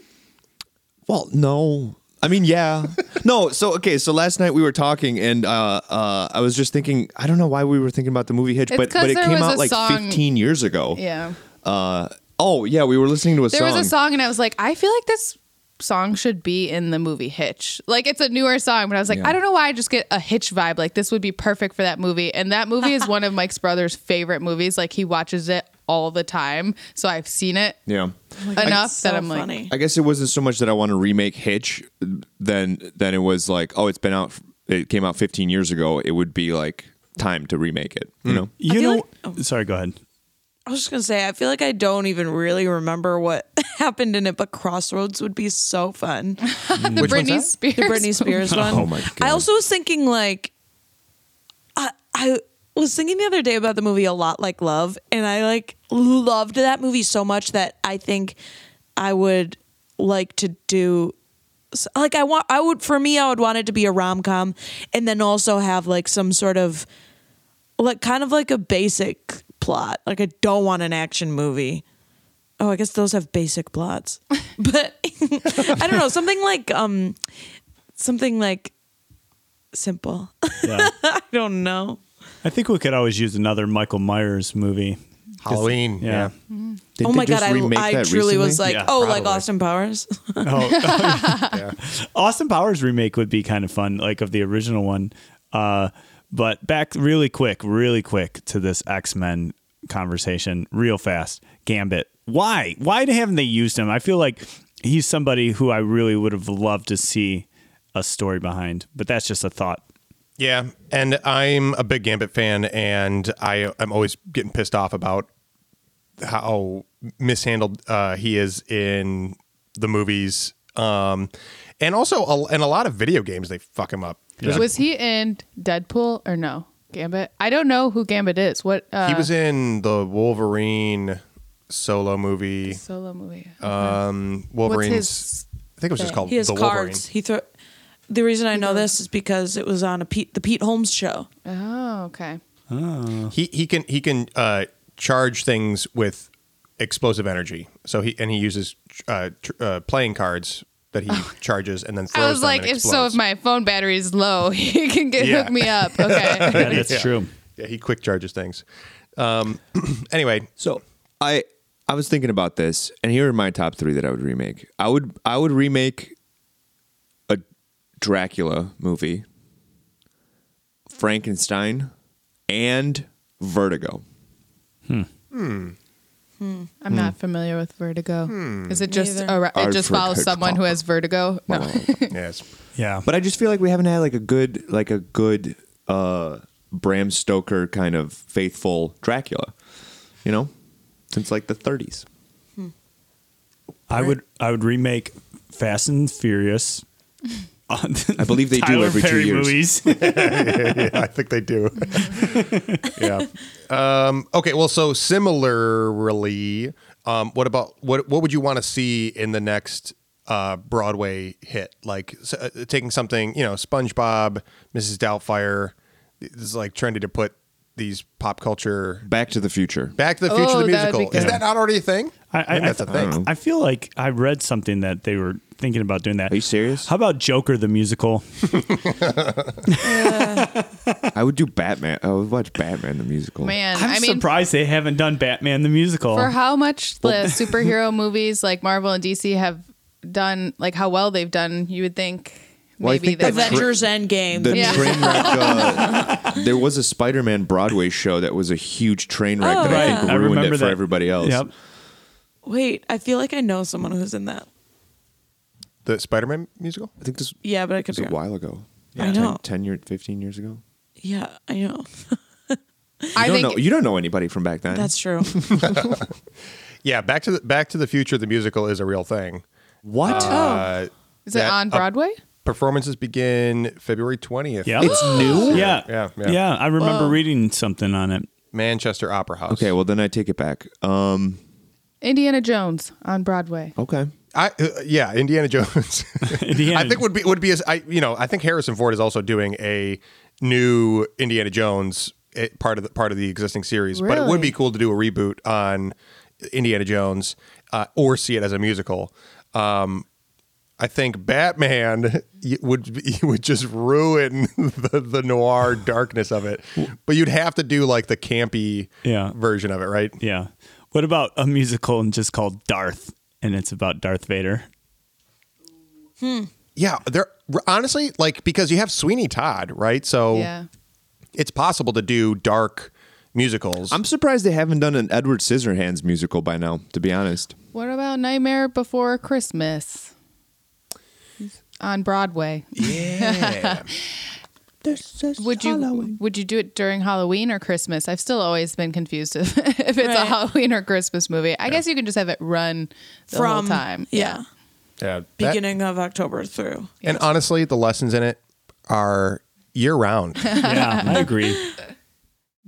Speaker 5: Well, no. I
Speaker 4: <laughs>
Speaker 5: mean, yeah. No, so okay, so last night we were talking and uh uh I was just thinking I don't know why we were thinking about the movie Hitch,
Speaker 4: It's
Speaker 5: but
Speaker 4: 'cause
Speaker 5: but it
Speaker 4: there
Speaker 5: came
Speaker 4: was
Speaker 5: out
Speaker 4: a
Speaker 5: like
Speaker 4: song-
Speaker 5: 15 years ago.
Speaker 4: Yeah.
Speaker 5: Uh oh, yeah, we were listening to a
Speaker 4: There
Speaker 5: song.
Speaker 4: was a song and I was like, I feel like this song should be in the movie Hitch. Like it's a newer song, but I was like,
Speaker 5: Yeah.
Speaker 4: I don't know why I just get a Hitch vibe. Like this would be perfect for that movie. And that
Speaker 2: <laughs>
Speaker 4: movie is one of Mike's brother's favorite movies. Like he watches it all the time. So I've seen it
Speaker 5: Yeah.
Speaker 2: Oh
Speaker 4: enough
Speaker 2: So
Speaker 4: that I'm like <laughs>
Speaker 2: funny.
Speaker 5: I guess it wasn't so much that I want to remake Hitch than than it was like, oh, it's been out it came out 15 years ago. It would be like time to remake it,
Speaker 4: Hmm.
Speaker 5: you know.
Speaker 3: You
Speaker 2: feel
Speaker 3: know.
Speaker 2: like-
Speaker 4: oh.
Speaker 3: Sorry. Go ahead.
Speaker 2: I was just gonna say, I feel like I don't even really remember what <laughs> happened in it, but Crossroads would be so fun.
Speaker 4: <laughs> the Britney Spears.
Speaker 2: The Britney Spears one.
Speaker 5: Oh my God.
Speaker 2: I also was thinking like, I I was thinking the other day about the movie A Lot Like Love, and I like loved that movie so much that I think I would like to do. s- Like I want, I would for me, I would want it to be a rom com, and then also have like some sort of, like kind of like a basic plot. Like I don't want an action movie. Oh, I guess those have basic
Speaker 5: <laughs>
Speaker 2: plots, but <laughs> I don't know something like um, something like simple.
Speaker 3: Yeah.
Speaker 2: <laughs> I don't know.
Speaker 3: I think we could always use another Michael Myers movie.
Speaker 1: Halloween.
Speaker 3: Yeah.
Speaker 5: Did
Speaker 2: oh
Speaker 5: they
Speaker 2: my god,
Speaker 5: just
Speaker 2: I,
Speaker 5: remake
Speaker 2: I
Speaker 5: that
Speaker 2: truly was
Speaker 5: recently?
Speaker 2: like,
Speaker 3: Yeah,
Speaker 2: oh, like
Speaker 1: probably.
Speaker 2: Austin Powers.
Speaker 3: Austin Powers remake would be kind of fun, like of the original one. Uh, but back really quick, really quick to this X Men conversation, real fast. Gambit. Why? Why haven't they used him? I feel like he's somebody who I really would have loved to see a story behind, but that's just a thought.
Speaker 1: Yeah. And I'm a big Gambit fan, and I, I'm always getting pissed off about how mishandled uh, he is in the movies. Um, and also, a, in a lot of video games, they fuck him up. There's
Speaker 4: Was he in Deadpool or no? Gambit. I don't know who Gambit is. What uh,
Speaker 1: a- he was in the Wolverine solo movie.
Speaker 4: solo movie.
Speaker 1: Um, Wolverine's.
Speaker 4: his
Speaker 1: I think it was just
Speaker 4: thing?
Speaker 1: called
Speaker 2: He has
Speaker 1: The Wolverine.
Speaker 2: cards. He throw. The reason I know this is because it was on a Pete, the Pete Holmes show.
Speaker 4: oh, okay.
Speaker 1: he he can he can uh, charge things with explosive energy. So he and he uses uh, tr- uh, playing cards
Speaker 4: <laughs>
Speaker 1: that he charges and then throws.
Speaker 4: I was
Speaker 1: them
Speaker 4: like,
Speaker 1: and
Speaker 4: if so, if
Speaker 1: explodes.
Speaker 4: my phone battery is low, <laughs> he can get
Speaker 1: Yeah.
Speaker 4: hook me up.
Speaker 5: <laughs>
Speaker 4: Okay.
Speaker 3: Yeah, that's true.
Speaker 1: yeah, he quick charges things. Um, <clears throat> anyway,
Speaker 5: So I I was thinking about this, and here are my top three that I would remake. I would I would remake a Dracula movie, Frankenstein, and Vertigo.
Speaker 4: I'm
Speaker 5: Hmm.
Speaker 4: not familiar with vertigo. Is it just
Speaker 2: Neither.
Speaker 4: a, it
Speaker 5: I've
Speaker 4: just
Speaker 5: heard
Speaker 4: follows
Speaker 5: Hitchcock.
Speaker 4: someone who has vertigo? No.
Speaker 1: yes,
Speaker 3: Yeah.
Speaker 5: <laughs> But I just feel like we haven't had like a good like a good uh Bram Stoker kind of faithful Dracula, you know, since like the 30s.
Speaker 3: I would I would remake Fast and Furious.
Speaker 5: I believe they do every two years.
Speaker 3: Movies.
Speaker 1: <laughs> yeah, I think they do. <laughs> yeah. Um, okay. Well, so similarly, um, what about what what would you want to see in the next uh, Broadway hit? Like s- uh, taking something, you know, SpongeBob, Mrs. Doubtfire, it's like trendy to put these pop culture
Speaker 5: Back to the Future.
Speaker 1: Back to the Future
Speaker 4: Oh,
Speaker 1: the
Speaker 4: that would be
Speaker 1: musical. Is
Speaker 4: good.
Speaker 1: that not already a thing?
Speaker 3: I, I,
Speaker 1: think that's a thing.
Speaker 5: Mm-hmm.
Speaker 3: I feel like I read something that they were thinking about doing that.
Speaker 5: Are you serious?
Speaker 3: How about Joker the musical?
Speaker 5: I would do Batman. I would watch Batman the musical.
Speaker 4: Man,
Speaker 3: <laughs> I'm
Speaker 4: I mean,
Speaker 3: surprised they haven't done Batman the musical.
Speaker 4: for how much the
Speaker 5: <laughs>
Speaker 4: superhero movies like Marvel and DC have done, like how well they've done, you would think
Speaker 5: Well, I
Speaker 4: maybe
Speaker 5: think
Speaker 4: they
Speaker 5: that-
Speaker 4: would.
Speaker 2: Avengers Endgame.
Speaker 5: The
Speaker 4: Yeah.
Speaker 5: train wreck. Uh, there was a Spider-Man Broadway show that was a huge train wreck that
Speaker 4: Oh,
Speaker 5: I think
Speaker 3: I
Speaker 5: ruined
Speaker 3: remember
Speaker 5: it for
Speaker 3: that.
Speaker 5: everybody else.
Speaker 3: Yep.
Speaker 2: Wait, I feel like I know someone who's in that.
Speaker 1: The Spider Man musical?
Speaker 5: I think this
Speaker 2: Yeah, but I could
Speaker 5: was
Speaker 2: be
Speaker 5: a
Speaker 2: wrong.
Speaker 5: while ago.
Speaker 2: I know.
Speaker 5: 10, 10 year, 15 years ago.
Speaker 2: Yeah, I know. <laughs>
Speaker 4: I
Speaker 5: You don't,
Speaker 4: think
Speaker 5: know, you don't know anybody from back then.
Speaker 2: That's
Speaker 5: <laughs>
Speaker 2: true.
Speaker 1: Yeah, Back to the Back to the Future the musical is a real thing.
Speaker 5: what?
Speaker 4: Oh.
Speaker 1: Uh,
Speaker 4: is it
Speaker 1: that-
Speaker 4: on
Speaker 1: uh,
Speaker 4: Broadway?
Speaker 1: performances begin February twentieth. <laughs>
Speaker 3: Yeah.
Speaker 5: it's new?
Speaker 3: yeah.
Speaker 1: Yeah,
Speaker 3: Yeah.
Speaker 1: yeah.
Speaker 3: I remember reading something on it. <laughs>
Speaker 1: Manchester Opera House.
Speaker 5: Okay, well then I take it back. Um,
Speaker 4: Indiana Jones on Broadway.
Speaker 5: okay.
Speaker 1: I uh, yeah, Indiana Jones. <laughs>
Speaker 3: Indiana-
Speaker 1: I think would be would be as I you know I think Harrison Ford is also doing a new Indiana Jones eh, part of the part of the existing series, but it would
Speaker 4: Really?
Speaker 1: be cool to do a reboot on Indiana Jones uh, or see it as a musical. Um, I think Batman <laughs> y- would be- would just ruin <laughs> the, the noir darkness of it, but you'd have to do like the campy
Speaker 3: Yeah.
Speaker 1: version of it, right?
Speaker 3: Yeah. What about a musical and just called Darth and it's about Darth Vader?
Speaker 1: Yeah, there honestly like because you have Sweeney Todd, right?
Speaker 5: Oh.
Speaker 1: So
Speaker 4: Yeah.
Speaker 1: it's possible to do dark musicals.
Speaker 5: I'm surprised they haven't done an Edward Scissorhands musical by now. To be honest,
Speaker 4: What about Nightmare Before Christmas on Broadway?
Speaker 1: yeah.
Speaker 4: <laughs> Would you would you do it during Halloween or Christmas? I've still always been confused if, <laughs> if it's a
Speaker 2: Right.
Speaker 4: Halloween or Christmas movie. I guess you can just have it run the whole
Speaker 2: From
Speaker 4: time.
Speaker 2: Yeah.
Speaker 1: yeah that-
Speaker 2: Beginning of October through.
Speaker 1: and honestly, the lessons in it are year round.
Speaker 3: Yeah,
Speaker 2: <laughs>
Speaker 3: I agree.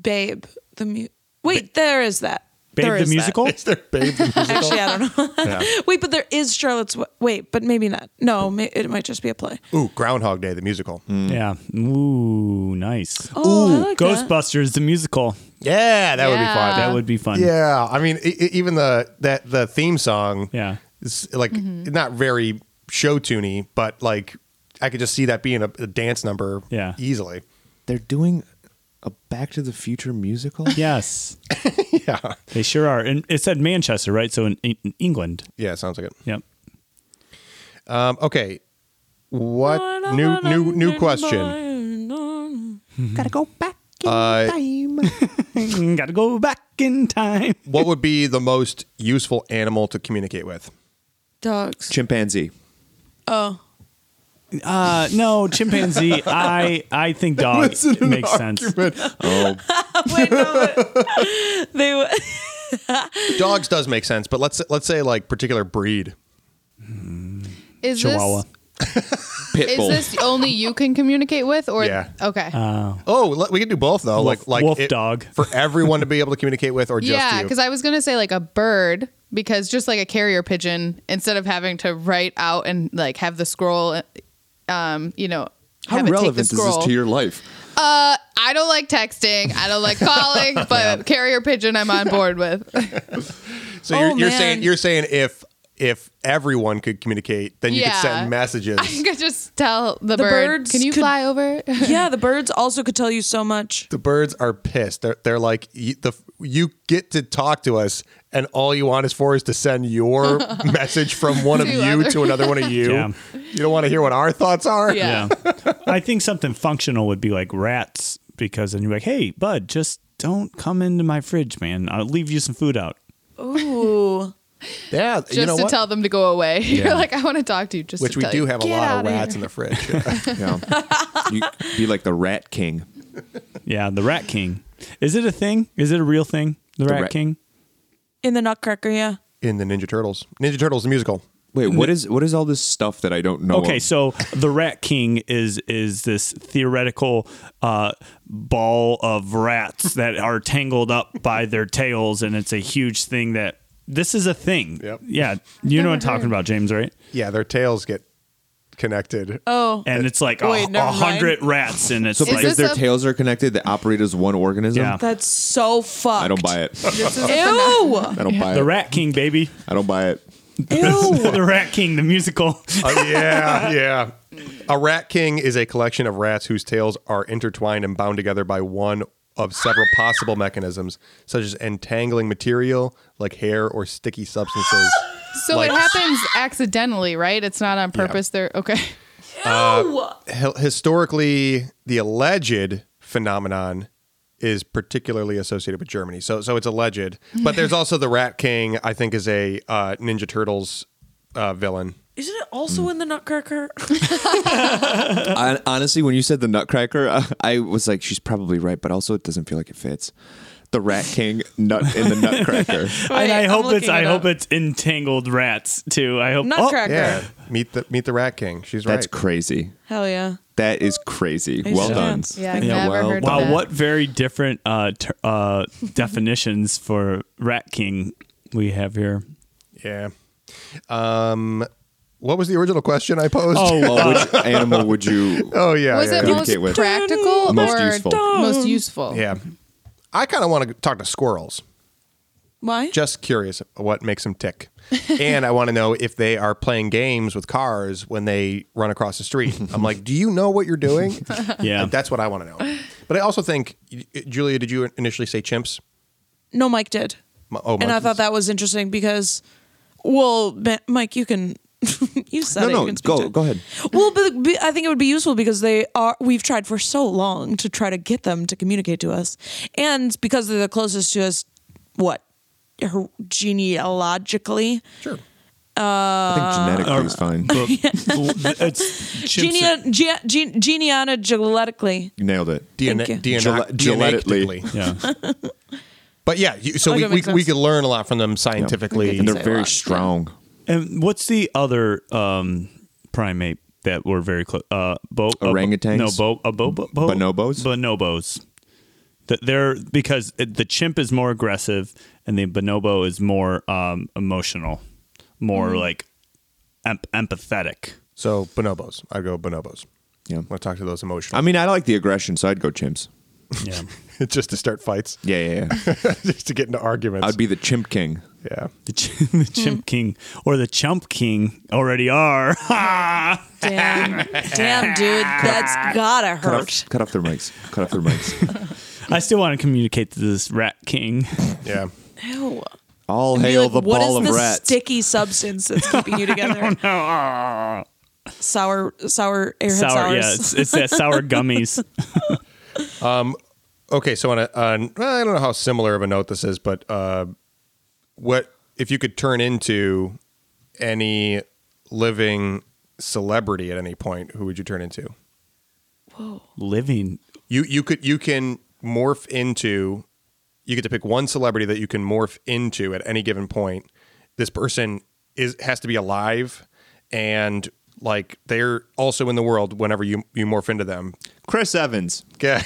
Speaker 2: Babe the mu- Wait, there is that.
Speaker 3: Babe
Speaker 2: There
Speaker 3: the
Speaker 2: is that.
Speaker 3: musical?
Speaker 2: Actually, I don't know.
Speaker 5: <laughs>
Speaker 2: <laughs> Wait, but there is Charlotte's Web. Wait, but maybe not. No, ma- it might just be a play.
Speaker 1: Ooh, Groundhog Day, the musical.
Speaker 5: Mm.
Speaker 3: Yeah. Ooh, nice.
Speaker 2: Oh, I like that.
Speaker 3: Ghostbusters the musical.
Speaker 1: Yeah, that would be fun.
Speaker 4: Yeah.
Speaker 3: That would be fun.
Speaker 1: Yeah, I mean, e- e- even the that the theme song
Speaker 3: Yeah.
Speaker 1: is like not very show tuney, but like I could just see that being a, a dance number
Speaker 3: Yeah.
Speaker 1: easily.
Speaker 5: they're doing a Back to the
Speaker 4: <laughs>
Speaker 5: Future musical.
Speaker 3: <laughs> Yes.
Speaker 1: yeah,
Speaker 3: They sure are. And it said Manchester, right? So in, in England.
Speaker 1: yeah, sounds like it.
Speaker 3: Yep.
Speaker 1: Um, okay, what new new new question?
Speaker 5: Gotta go back in time.
Speaker 3: Mm, Gotta go back in time.
Speaker 1: what would be the most useful animal to communicate with?
Speaker 2: Dogs.
Speaker 5: Chimpanzee.
Speaker 2: Oh.
Speaker 3: Uh, no, <laughs> chimpanzee. I I think dog makes sense.
Speaker 5: Oh,
Speaker 2: <laughs> Wait, no. but- <laughs> they were.
Speaker 1: Dogs does make sense, but let's let's say like particular breed.
Speaker 4: Is
Speaker 3: Chihuahua.
Speaker 4: this is
Speaker 5: Pitbull.
Speaker 4: this only you can communicate with or
Speaker 1: Yeah.
Speaker 4: okay.
Speaker 1: Oh, let- we can do both though.
Speaker 3: Wolf-
Speaker 1: like like
Speaker 3: wolf dog.
Speaker 1: for everyone to be able to communicate with, or just
Speaker 4: yeah,
Speaker 1: you.
Speaker 4: because I was gonna say like a bird because just like a carrier pigeon, instead of having to write out and like have the scroll, um, you know,
Speaker 5: How
Speaker 4: have it take the
Speaker 5: relevant is this
Speaker 4: scroll.
Speaker 5: to your life?
Speaker 4: Uh, I don't like texting. I don't like calling,
Speaker 1: <laughs>
Speaker 4: but carrier pigeon, I'm on board with. <laughs>
Speaker 1: so you're,
Speaker 2: Oh,
Speaker 1: you're
Speaker 2: man.
Speaker 1: saying you're saying if if everyone could communicate, then you could
Speaker 4: Yeah.
Speaker 1: send messages.
Speaker 4: <laughs> I could just tell the,
Speaker 2: The
Speaker 4: bird.
Speaker 2: birds
Speaker 4: Can you
Speaker 2: could-
Speaker 4: fly over?
Speaker 2: <laughs> Yeah, the birds also could tell you so much.
Speaker 1: the birds are pissed. They're they're like you, the you get to talk to us, and all you want is for is to send
Speaker 4: <laughs>
Speaker 1: your message from one of
Speaker 4: To
Speaker 1: you
Speaker 4: other-
Speaker 1: to another one of
Speaker 3: <laughs>
Speaker 1: you.
Speaker 3: Yeah.
Speaker 1: You don't want to hear what our thoughts are.
Speaker 4: <laughs> Yeah.
Speaker 3: Yeah. I think something functional would be like rats because then you're like, hey, bud, just don't come into my fridge, man. I'll leave you some food out.
Speaker 2: Ooh.
Speaker 1: yeah.
Speaker 4: Just
Speaker 1: you know
Speaker 4: to
Speaker 1: what?
Speaker 4: tell them to go away. <laughs> You're like, I want to talk to you. Just
Speaker 1: which
Speaker 4: to
Speaker 1: we
Speaker 4: tell
Speaker 1: do
Speaker 4: you,
Speaker 1: have a
Speaker 4: "Get
Speaker 1: lot of
Speaker 4: outta here."
Speaker 1: rats in the fridge.
Speaker 4: <laughs>
Speaker 5: Yeah. you be like the Rat King.
Speaker 3: Yeah, the rat king. Is it a thing? Is it a real thing? The, rat,
Speaker 5: rat-
Speaker 3: king?
Speaker 2: In the Nutcracker, yeah.
Speaker 1: <laughs> in the Ninja Turtles, Ninja Turtles the musical.
Speaker 5: Wait, what is what is all this stuff that I don't know?
Speaker 3: Okay,
Speaker 5: of?
Speaker 3: so the rat king is is this theoretical uh, ball of rats that are tangled up by their tails, and it's a huge thing that this is a thing.
Speaker 1: Yep.
Speaker 3: Yeah, you know what I'm
Speaker 4: Never heard.
Speaker 3: talking about, James, right?
Speaker 1: Yeah, their tails get
Speaker 4: <laughs>
Speaker 1: connected.
Speaker 2: Oh,
Speaker 3: and it's like a,
Speaker 2: Wait,
Speaker 3: a
Speaker 2: never
Speaker 3: hundred rats, and it's
Speaker 5: So
Speaker 3: like
Speaker 5: because
Speaker 4: this
Speaker 5: their
Speaker 4: a-
Speaker 5: tails are connected, the operator is one organism.
Speaker 3: Yeah.
Speaker 2: that's so fucked.
Speaker 5: I don't buy it.
Speaker 4: This is
Speaker 2: Ew. <laughs>
Speaker 5: I don't buy
Speaker 3: the
Speaker 5: it.
Speaker 3: Rat King, baby.
Speaker 5: I don't buy
Speaker 3: <laughs>
Speaker 5: it.
Speaker 2: Ew.
Speaker 3: the Rat King, the musical.
Speaker 1: Oh, yeah, yeah. A rat king is a collection of rats whose tails are intertwined and bound together by one of several possible mechanisms, such as entangling material like hair or sticky substances.
Speaker 4: So
Speaker 1: Like-
Speaker 4: it happens accidentally, right? It's not on purpose. They're okay.
Speaker 1: Hi- historically, the alleged phenomenon is particularly associated with Germany. So, so it's alleged. But there's also the Rat King. I think is a uh, Ninja Turtles uh, villain.
Speaker 2: Isn't it also
Speaker 5: Mm.
Speaker 2: in the Nutcracker?
Speaker 5: I, honestly, when you said the Nutcracker, <laughs> I, I was like, she's probably right, but also it doesn't feel like it fits. The Rat King nut in
Speaker 3: <laughs>
Speaker 5: the Nutcracker.
Speaker 3: and I
Speaker 2: I'm
Speaker 3: hope it's
Speaker 2: looking
Speaker 3: I
Speaker 2: it
Speaker 3: hope Oh,
Speaker 2: up.
Speaker 3: it's entangled rats too. I hope.
Speaker 2: Nutcracker.
Speaker 1: Yeah, meet the meet the Rat King. She's right.
Speaker 5: That's crazy.
Speaker 2: Hell yeah.
Speaker 5: That is crazy. well
Speaker 2: should
Speaker 5: done.
Speaker 2: dance.
Speaker 4: Yeah, I've
Speaker 3: Yeah,
Speaker 4: never
Speaker 5: well,
Speaker 4: heard
Speaker 3: Oh,
Speaker 5: wow,
Speaker 4: of
Speaker 3: wow,
Speaker 4: that.
Speaker 3: what very different uh, ter- uh, definitions for Rat King we have here.
Speaker 1: Yeah. Um, what was the original question I posed?
Speaker 5: Oh,
Speaker 3: Uh,
Speaker 5: Well,
Speaker 2: <laughs>
Speaker 5: which animal would you?
Speaker 1: Oh, yeah.
Speaker 4: Was
Speaker 1: yeah,
Speaker 4: it
Speaker 1: yeah.
Speaker 5: Communicate
Speaker 4: most
Speaker 5: with.
Speaker 4: practical
Speaker 5: Most
Speaker 4: or
Speaker 5: useful.
Speaker 4: most useful?
Speaker 1: Yeah. I kind of want to talk to squirrels.
Speaker 2: Why?
Speaker 1: Just curious what makes them
Speaker 2: <laughs>
Speaker 1: tick. and I want to know if they are playing games with cars when they run across the street. I'm like, do you know what you're doing?
Speaker 5: <laughs>
Speaker 3: Yeah.
Speaker 1: Like, that's what I want to know. But I also think, Julia, did you initially say chimps?
Speaker 2: no, Mike did.
Speaker 1: M- Oh,
Speaker 2: and I
Speaker 1: monkeys.
Speaker 2: thought that was interesting because, well, Ma- Mike, you can. <laughs> you said
Speaker 5: No,
Speaker 2: it. you
Speaker 5: no,
Speaker 2: can speak to
Speaker 5: go
Speaker 2: it.
Speaker 5: go ahead.
Speaker 2: Well, but, but I think it would be useful because they are. We've tried for so long to try to get them to communicate to us, and because they're the closest to us, what her- genealogically,
Speaker 1: Sure.
Speaker 2: Uh,
Speaker 5: I think genetically
Speaker 2: <laughs>
Speaker 5: is fine.
Speaker 3: But <laughs> it's
Speaker 2: Genea- ge- ge- genealogically.
Speaker 5: You nailed it.
Speaker 1: DNA,
Speaker 2: Thank you.
Speaker 1: DNA,
Speaker 5: Gel- genetically.
Speaker 3: yeah.
Speaker 1: But yeah, you, so
Speaker 2: Like,
Speaker 1: we,
Speaker 2: that
Speaker 1: we,
Speaker 2: makes
Speaker 1: we
Speaker 2: sense.
Speaker 1: could learn a lot from them scientifically.
Speaker 5: And
Speaker 2: Say
Speaker 5: they're
Speaker 2: a
Speaker 5: very
Speaker 2: lot.
Speaker 5: strong.
Speaker 3: And what's the other um, primate that we're very close? Uh, bo- a bo-
Speaker 5: Orangutans?
Speaker 3: no, bo- a bo- bo- bo-
Speaker 5: Bonobos?
Speaker 3: Bonobos. Th- They're because it- the chimp is more aggressive and the bonobo is more um, emotional, more like em- empathetic.
Speaker 1: So bonobos. I go bonobos.
Speaker 5: Yeah.
Speaker 1: I want to talk to those emotional.
Speaker 5: I
Speaker 1: <laughs>
Speaker 5: mean, I like the aggression, so I'd go chimps.
Speaker 3: Yeah.
Speaker 1: just to start fights,
Speaker 5: Yeah, yeah, yeah.
Speaker 1: <laughs> just to get into arguments.
Speaker 5: I'd be the chimp king.
Speaker 1: yeah.
Speaker 3: The, ch- the chimp king or the chump king already are. <laughs>
Speaker 2: Damn, damn, dude, that's gotta
Speaker 5: Cut
Speaker 2: hurt.
Speaker 5: off, cut off their mics. Cut off
Speaker 2: <laughs>
Speaker 5: their mics.
Speaker 3: I still want to communicate to this rat king.
Speaker 1: Yeah.
Speaker 2: Ew.
Speaker 5: All
Speaker 2: Be
Speaker 5: hail
Speaker 2: like,
Speaker 5: the
Speaker 2: what
Speaker 5: ball
Speaker 2: is
Speaker 5: of
Speaker 2: the
Speaker 5: rats.
Speaker 2: sticky substance
Speaker 5: <laughs>
Speaker 2: that's keeping you together? sour, sour airhead
Speaker 3: sour,
Speaker 2: sours.
Speaker 3: yeah, it's, it's that sour gummies.
Speaker 1: Okay, so on a, on, well, I don't know how similar of a note this is, but uh, what if you could turn into any living celebrity at any point? Who would you turn into?
Speaker 3: Living
Speaker 1: You you could you can morph into. You get to pick one celebrity that you can morph into at any given point. This person is has to be alive, and like they're also in the world whenever you you morph into them.
Speaker 5: Chris Evans.
Speaker 3: <laughs>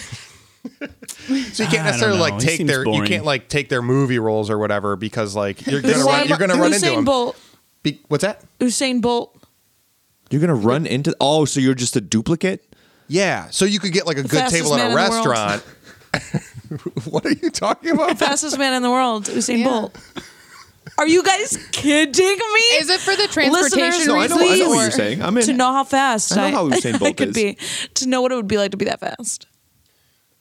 Speaker 1: Yeah. so you
Speaker 3: I don't
Speaker 1: can't necessarily
Speaker 3: know.
Speaker 1: like
Speaker 3: He
Speaker 1: take
Speaker 3: seems
Speaker 1: their you
Speaker 3: boring.
Speaker 1: can't like take their movie roles or whatever because
Speaker 3: <laughs>
Speaker 1: like you're gonna
Speaker 2: Usain,
Speaker 1: run, you're gonna
Speaker 2: Usain
Speaker 1: run into them.
Speaker 2: Bolt.
Speaker 1: Be- what's that?
Speaker 2: Usain Bolt.
Speaker 5: You're gonna run into. Oh, so you're just a duplicate?
Speaker 1: Yeah. So you could get like a good
Speaker 2: fastest
Speaker 1: table at
Speaker 2: man
Speaker 1: a
Speaker 2: in the world.
Speaker 1: restaurant. <laughs> what are you talking about?
Speaker 2: Fastest man in the world, Usain
Speaker 4: Yeah.
Speaker 2: Bolt. Are you guys kidding me?
Speaker 4: Is it for the transportation
Speaker 2: Listeners, No,
Speaker 5: I know, I know what
Speaker 2: <laughs>
Speaker 5: you're
Speaker 4: reasons?
Speaker 5: saying. I'm in.
Speaker 2: to know how fast
Speaker 5: I know how
Speaker 2: <laughs>
Speaker 5: Usain
Speaker 2: I
Speaker 5: Bolt
Speaker 2: could
Speaker 5: is.
Speaker 2: be, to know what it would be like to be that fast.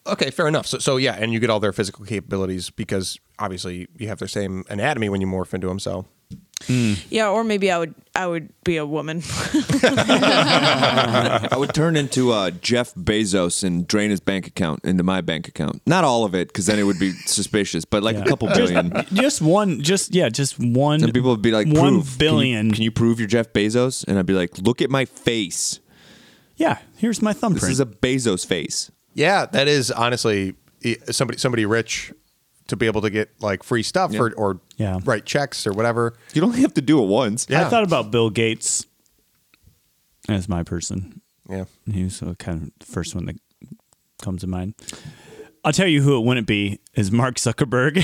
Speaker 1: Okay, fair enough. So, so yeah, and you get all their physical capabilities because obviously you have their same anatomy when you morph into them. So
Speaker 2: Yeah, or maybe I would, I would be a woman.
Speaker 5: I would turn into uh, Jeff Bezos and drain his bank account into my bank account. Not all of it, because then it would be suspicious. But like a couple billion.
Speaker 3: just one just yeah just one
Speaker 5: And people would be like,
Speaker 3: one
Speaker 5: prove. Can you-
Speaker 3: billion.
Speaker 5: Can you, prove you're Jeff Bezos? And I'd be like, look at my face.
Speaker 3: yeah here's my thumbprint
Speaker 5: This is a Bezos face.
Speaker 1: yeah, that is honestly e- somebody somebody rich to be able to get like free stuff or, or
Speaker 3: Yeah.
Speaker 1: write checks or whatever.
Speaker 5: You don't have to do it once.
Speaker 1: Yeah.
Speaker 3: i thought about bill gates as my person
Speaker 1: Yeah.
Speaker 3: he was the kind of the first one that comes to mind i'll tell you who it wouldn't be is mark zuckerberg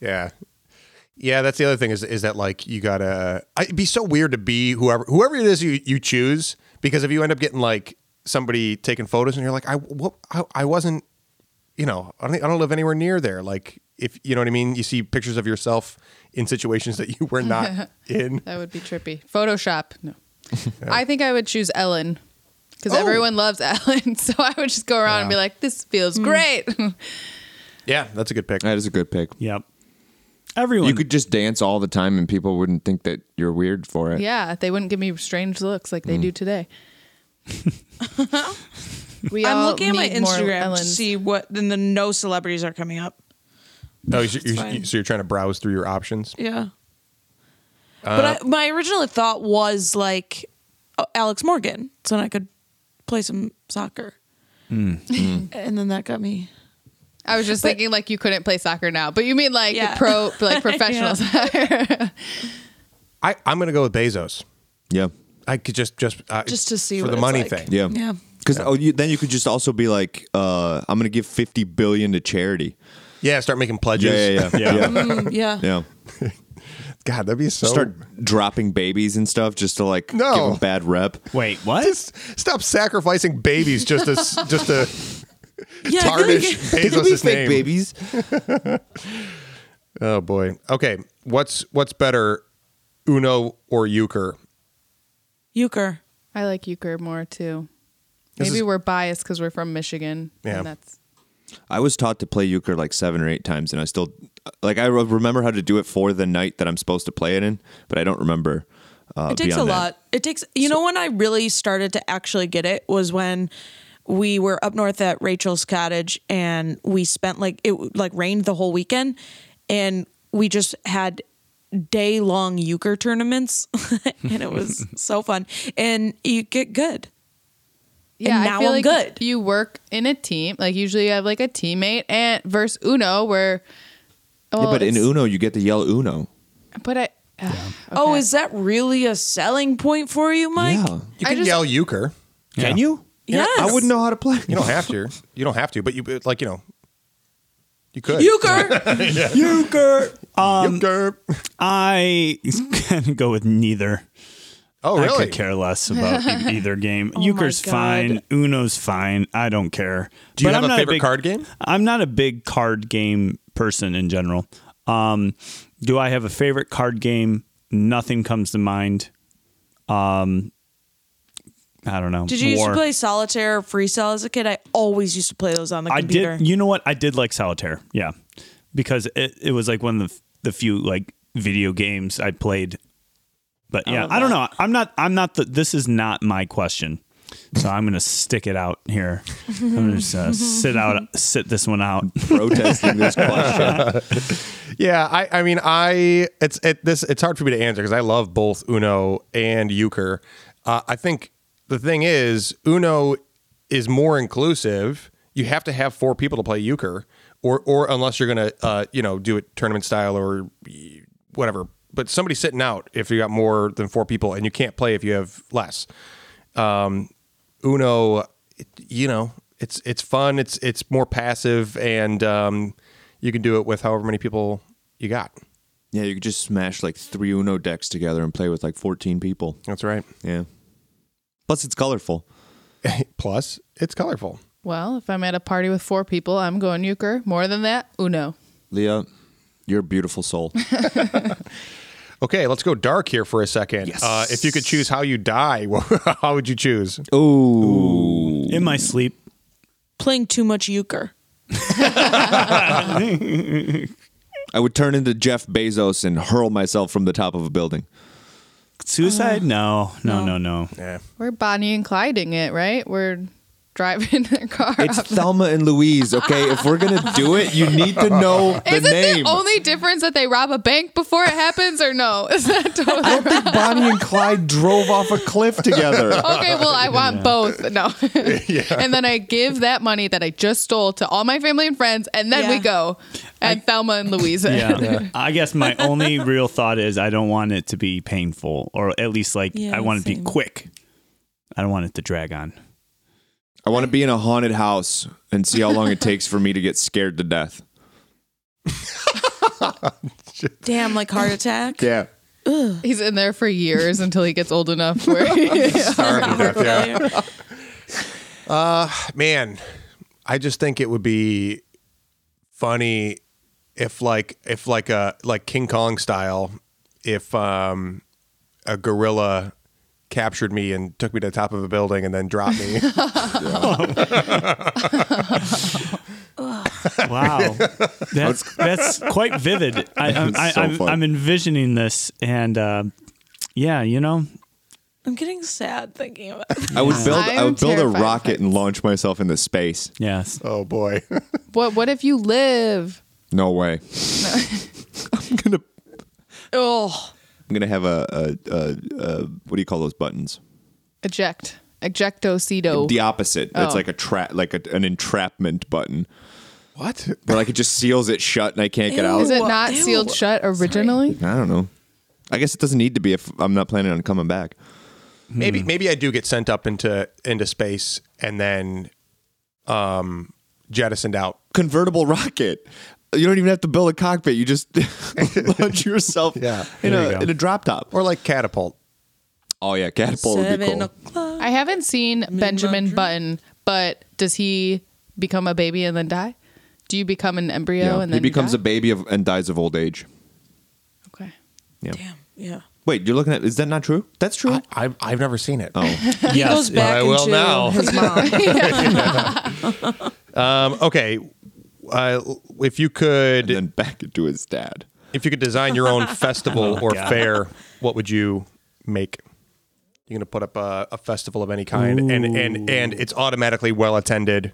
Speaker 1: Yeah. Yeah, that's the other thing is is that like you gotta. I, it'd be so weird to be whoever whoever it is you you choose because if you end up getting like somebody taking photos and you're like I what I, I wasn't you know I don't I don't live anywhere near there like if you know what I mean you see pictures of yourself in situations that you were
Speaker 2: <laughs>
Speaker 1: not in.
Speaker 4: That would be trippy.
Speaker 1: <laughs>
Speaker 4: Photoshop. No. I think I would choose Ellen because everyone loves <laughs> Ellen. So I would just go around and be like, this feels great. <laughs>
Speaker 1: Yeah, that's a good pick.
Speaker 5: That is a good pick.
Speaker 3: <laughs> Yep. Everyone.
Speaker 5: You could just dance all the time and people wouldn't think that you're weird for it.
Speaker 4: yeah. They wouldn't give me strange looks like they
Speaker 1: Hmm.
Speaker 4: do today. we
Speaker 2: I'm
Speaker 4: all
Speaker 2: looking at my
Speaker 4: need more
Speaker 2: Instagram to
Speaker 4: Ellens.
Speaker 2: see what then the no celebrities are coming up.
Speaker 1: Oh, you're, you're,
Speaker 2: fine.
Speaker 1: so you're trying to browse through your options.
Speaker 2: Yeah.
Speaker 1: Uh,
Speaker 2: but I, my original thought was like oh, Alex Morgan, so then I could play some soccer.
Speaker 1: Hmm,
Speaker 2: and then that got me.
Speaker 4: I was just thinking like you couldn't play soccer now, but you mean like
Speaker 2: Yeah.
Speaker 4: pro, like professional <laughs> soccer.
Speaker 1: I I'm gonna go with Bezos.
Speaker 5: Yeah.
Speaker 1: I could just just uh,
Speaker 2: Just to see
Speaker 1: for
Speaker 2: what
Speaker 1: the
Speaker 2: it's
Speaker 1: money
Speaker 2: like.
Speaker 1: thing.
Speaker 5: Yeah.
Speaker 2: Yeah.
Speaker 5: Because oh, you, then you could just also be like, uh, I'm going to give 50 billion to charity.
Speaker 1: Yeah, start making pledges.
Speaker 5: Yeah, yeah, yeah.
Speaker 3: Yeah.
Speaker 2: Mm, yeah.
Speaker 5: <laughs> yeah.
Speaker 1: <laughs> God, that'd be so.
Speaker 5: Start dropping babies and stuff just to like
Speaker 1: No.
Speaker 5: give them bad <laughs> rep.
Speaker 3: Wait, what?
Speaker 1: Just stop sacrificing babies just to s- <laughs> just to
Speaker 2: Yeah, I feel like-
Speaker 1: tarnish Bezos'
Speaker 5: fake
Speaker 1: name.
Speaker 5: babies.
Speaker 1: Oh boy. Okay, what's what's better, Uno or Euchre?
Speaker 2: Euchre.
Speaker 4: I like euchre more too.
Speaker 1: This
Speaker 4: Maybe
Speaker 1: is-
Speaker 4: we're biased because we're from Michigan.
Speaker 1: Yeah.
Speaker 4: And that's
Speaker 5: I was taught to play euchre like seven or eight times, and I still like I re- remember how to do it for the night that I'm supposed to play it in, but I don't remember. Uh,
Speaker 2: It takes a
Speaker 5: beyond that.
Speaker 2: lot. It takes. You know, when I really started to actually get it was when we were up north at Rachel's cottage, and we spent like it like rained the whole weekend, and we just had day long euchre tournaments, <laughs> and it
Speaker 5: <laughs>
Speaker 2: was so fun, and you get good.
Speaker 4: yeah.
Speaker 2: And
Speaker 4: I
Speaker 2: now
Speaker 4: feel
Speaker 2: I'm
Speaker 4: like
Speaker 2: good.
Speaker 4: You work in a team. Like usually you have like a teammate and versus Uno where.
Speaker 5: Yeah,
Speaker 4: well,
Speaker 5: but in
Speaker 4: it's-
Speaker 5: Uno, you get to yell Uno.
Speaker 4: But I.
Speaker 2: Oh, is that really a selling point for you, Mike?
Speaker 5: yeah,
Speaker 1: You
Speaker 4: I
Speaker 1: can
Speaker 4: just-
Speaker 1: yell Euchre.
Speaker 5: can you?
Speaker 2: Yes.
Speaker 5: I wouldn't know how to play.
Speaker 1: You don't have to. You don't have to, but you but, like you know. You could.
Speaker 5: <laughs>
Speaker 2: Euchre.
Speaker 3: Euchre.
Speaker 1: Euchre.
Speaker 3: I <laughs> gonna go with neither.
Speaker 1: Oh
Speaker 3: I
Speaker 1: really?
Speaker 3: could care less about
Speaker 1: <laughs>
Speaker 3: e- either game.
Speaker 2: Oh my
Speaker 3: Euchre's
Speaker 2: God.
Speaker 3: fine. Uno's fine. I don't care.
Speaker 1: Do you have
Speaker 3: I'm
Speaker 1: a
Speaker 3: not
Speaker 1: favorite
Speaker 3: big-
Speaker 1: card game?
Speaker 3: I'm not a big card game person in general. Um, do I have a favorite card game? Nothing comes to mind. Um, I don't know.
Speaker 2: Did you used to
Speaker 3: War.
Speaker 2: play solitaire or free cell as a kid? I always used to play those on the
Speaker 3: I
Speaker 2: computer.
Speaker 3: did. You know what? I did like solitaire. Yeah, because it, it was like one of the the few like video games I played. But yeah, I don't know. I'm not. I'm not the. This is not my question. So I'm gonna stick it out here. I'm gonna just uh, sit out, sit this one out.
Speaker 5: Protesting <laughs> this question.
Speaker 1: Yeah, I, I mean, I it's it this it's hard for me to answer because I love both Uno and Euchre. Uh, I think the thing is Uno is more inclusive. You have to have four people to play Euchre, or or unless you're gonna uh, you know do it tournament style or whatever. But somebody's sitting out if you got more than four people, and you can't play if you have less. Uno, it, you know, it's it's fun. It's it's more passive, and um, you can do it with however many people you got.
Speaker 5: yeah, you could just smash like three Uno decks together and play with like 14 people.
Speaker 1: That's right.
Speaker 5: Yeah. Plus, it's colorful.
Speaker 1: <laughs> Plus, it's colorful.
Speaker 4: Well, if I'm at a party with four people, I'm going euchre. More than that, Uno.
Speaker 5: Leah, you're a
Speaker 4: <laughs>
Speaker 5: beautiful soul.
Speaker 1: Okay, let's go dark here for a second. Uh, if you could choose how you die, <laughs> how would you choose?
Speaker 5: Ooh.
Speaker 3: In my sleep,
Speaker 2: playing too much euchre.
Speaker 5: I would turn into Jeff Bezos and hurl myself from the top of a building.
Speaker 3: suicide? no, no, no, no.
Speaker 1: Yeah.
Speaker 4: We're Bonnie and Clyding it, right? We're driving <laughs> their car.
Speaker 5: It's
Speaker 4: off.
Speaker 5: Thelma and Louise, okay? If we're going to do it, you need
Speaker 4: <laughs>
Speaker 5: to know the
Speaker 4: Isn't
Speaker 5: name.
Speaker 4: the only difference that they rob a bank before it happens, or no? <laughs> Is that totally
Speaker 5: I don't think Bonnie and Clyde drove off a cliff together.
Speaker 4: okay? Well,
Speaker 5: <laughs>
Speaker 4: I want both. No, and then I give that money that I just stole to all my family and friends, and then we
Speaker 2: Yeah.
Speaker 4: go and Thelma and Louise. it.
Speaker 3: <laughs> Yeah. I guess my only real thought is I don't want it to be painful, or at least like
Speaker 2: Yeah,
Speaker 3: I want it to be
Speaker 2: same.
Speaker 3: quick. I don't want it to drag on.
Speaker 5: I want to be in a haunted house and see how long it takes for me to get scared to death.
Speaker 2: Damn, like heart attack.
Speaker 5: Yeah.
Speaker 4: <laughs> He's in there for years until he gets old enough
Speaker 5: <laughs>
Speaker 4: where <laughs> he-
Speaker 1: Starving
Speaker 2: <laughs>
Speaker 1: to death, yeah. man, I just think it would be funny if like if like a like King Kong style, if um a gorilla captured me and took me to the top of a building and then dropped <laughs> me.
Speaker 3: Wow, that's that's quite vivid. I, I'm, I,
Speaker 5: That's so
Speaker 3: I'm,
Speaker 5: fun.
Speaker 3: I'm envisioning this, and uh, yeah, you know,
Speaker 2: I'm getting sad thinking about it.
Speaker 5: I would build i
Speaker 4: I'm
Speaker 5: would build a
Speaker 4: terrified of
Speaker 5: rocket and launch myself into space.
Speaker 3: yes,
Speaker 1: oh boy.
Speaker 4: what what if you live?
Speaker 5: No way. I'm gonna
Speaker 2: Oh,
Speaker 5: I'm gonna have a, a, a, a what do you call those buttons?
Speaker 4: Eject. Ejectocito.
Speaker 5: The opposite. It's
Speaker 4: Oh.
Speaker 5: like a trap, like a, an entrapment button,
Speaker 1: what?
Speaker 5: where like it just seals it shut and I can't get out.
Speaker 4: Is it not
Speaker 2: Ew.
Speaker 4: sealed shut originally?
Speaker 5: I don't know. I guess it doesn't need to be if I'm not planning on coming back.
Speaker 1: Maybe maybe I do get sent up into into space and then um jettisoned out.
Speaker 5: Convertible rocket. You don't even have to build a cockpit. You just <laughs> launch yourself
Speaker 1: Yeah.
Speaker 5: in,
Speaker 3: There you
Speaker 5: a,
Speaker 3: go.
Speaker 5: in a drop top.
Speaker 1: Or like catapult.
Speaker 5: Oh yeah, catapult would be
Speaker 2: seven
Speaker 5: cool.
Speaker 2: o'clock.
Speaker 4: I haven't seen Benjamin Button, but does he become a baby and then die? Do you become an embryo
Speaker 5: Yeah.
Speaker 4: and then
Speaker 5: He becomes
Speaker 4: you
Speaker 5: a
Speaker 4: die?
Speaker 5: baby of, and dies of old age.
Speaker 4: Okay.
Speaker 2: Damn, yeah.
Speaker 5: Wait, you're looking at is that not true? That's true.
Speaker 1: I, I've I've never seen it.
Speaker 5: oh.
Speaker 2: He
Speaker 3: yes.
Speaker 2: goes back
Speaker 1: I will
Speaker 2: into
Speaker 5: <laughs>
Speaker 1: now.
Speaker 3: <laughs>
Speaker 2: his mom.
Speaker 1: Um, okay. Uh, if you could
Speaker 5: and then back into his dad.
Speaker 1: If you could design your <laughs> own
Speaker 5: Oh
Speaker 1: festival or fair, what would you make? You're gonna put up a, a festival of any kind, and and and it's automatically well attended.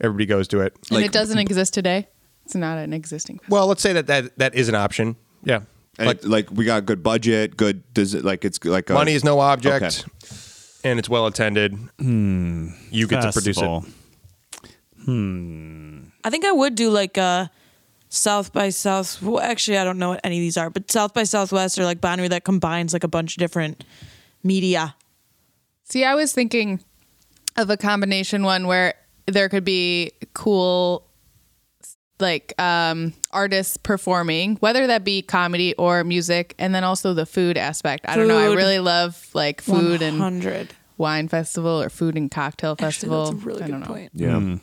Speaker 1: Everybody goes to it.
Speaker 4: and
Speaker 5: Like-
Speaker 4: it doesn't exist today. It's not an existing.
Speaker 1: Well, let's say that that, that is an option. Yeah,
Speaker 5: And
Speaker 1: like
Speaker 5: like, we got good budget, good does it like it's like a,
Speaker 1: money is no object,
Speaker 5: Okay. Hmm.
Speaker 1: and it's well attended. You get to
Speaker 3: Festival.
Speaker 1: produce it.
Speaker 2: I think I would do like uh South by South. Well, actually, I don't know what any of these are, but South by Southwest or like Bonnaroo that combines like a bunch of different media.
Speaker 4: See, I was thinking of a combination one where there could be cool like um artists performing whether that be comedy or music and then also the food aspect i don't know i
Speaker 2: Food.
Speaker 4: really love like food and
Speaker 2: 100.
Speaker 4: wine festival or food and cocktail festival
Speaker 2: Actually, that's a really
Speaker 4: I
Speaker 2: good
Speaker 4: don't know.
Speaker 2: point. <laughs>
Speaker 5: Yeah.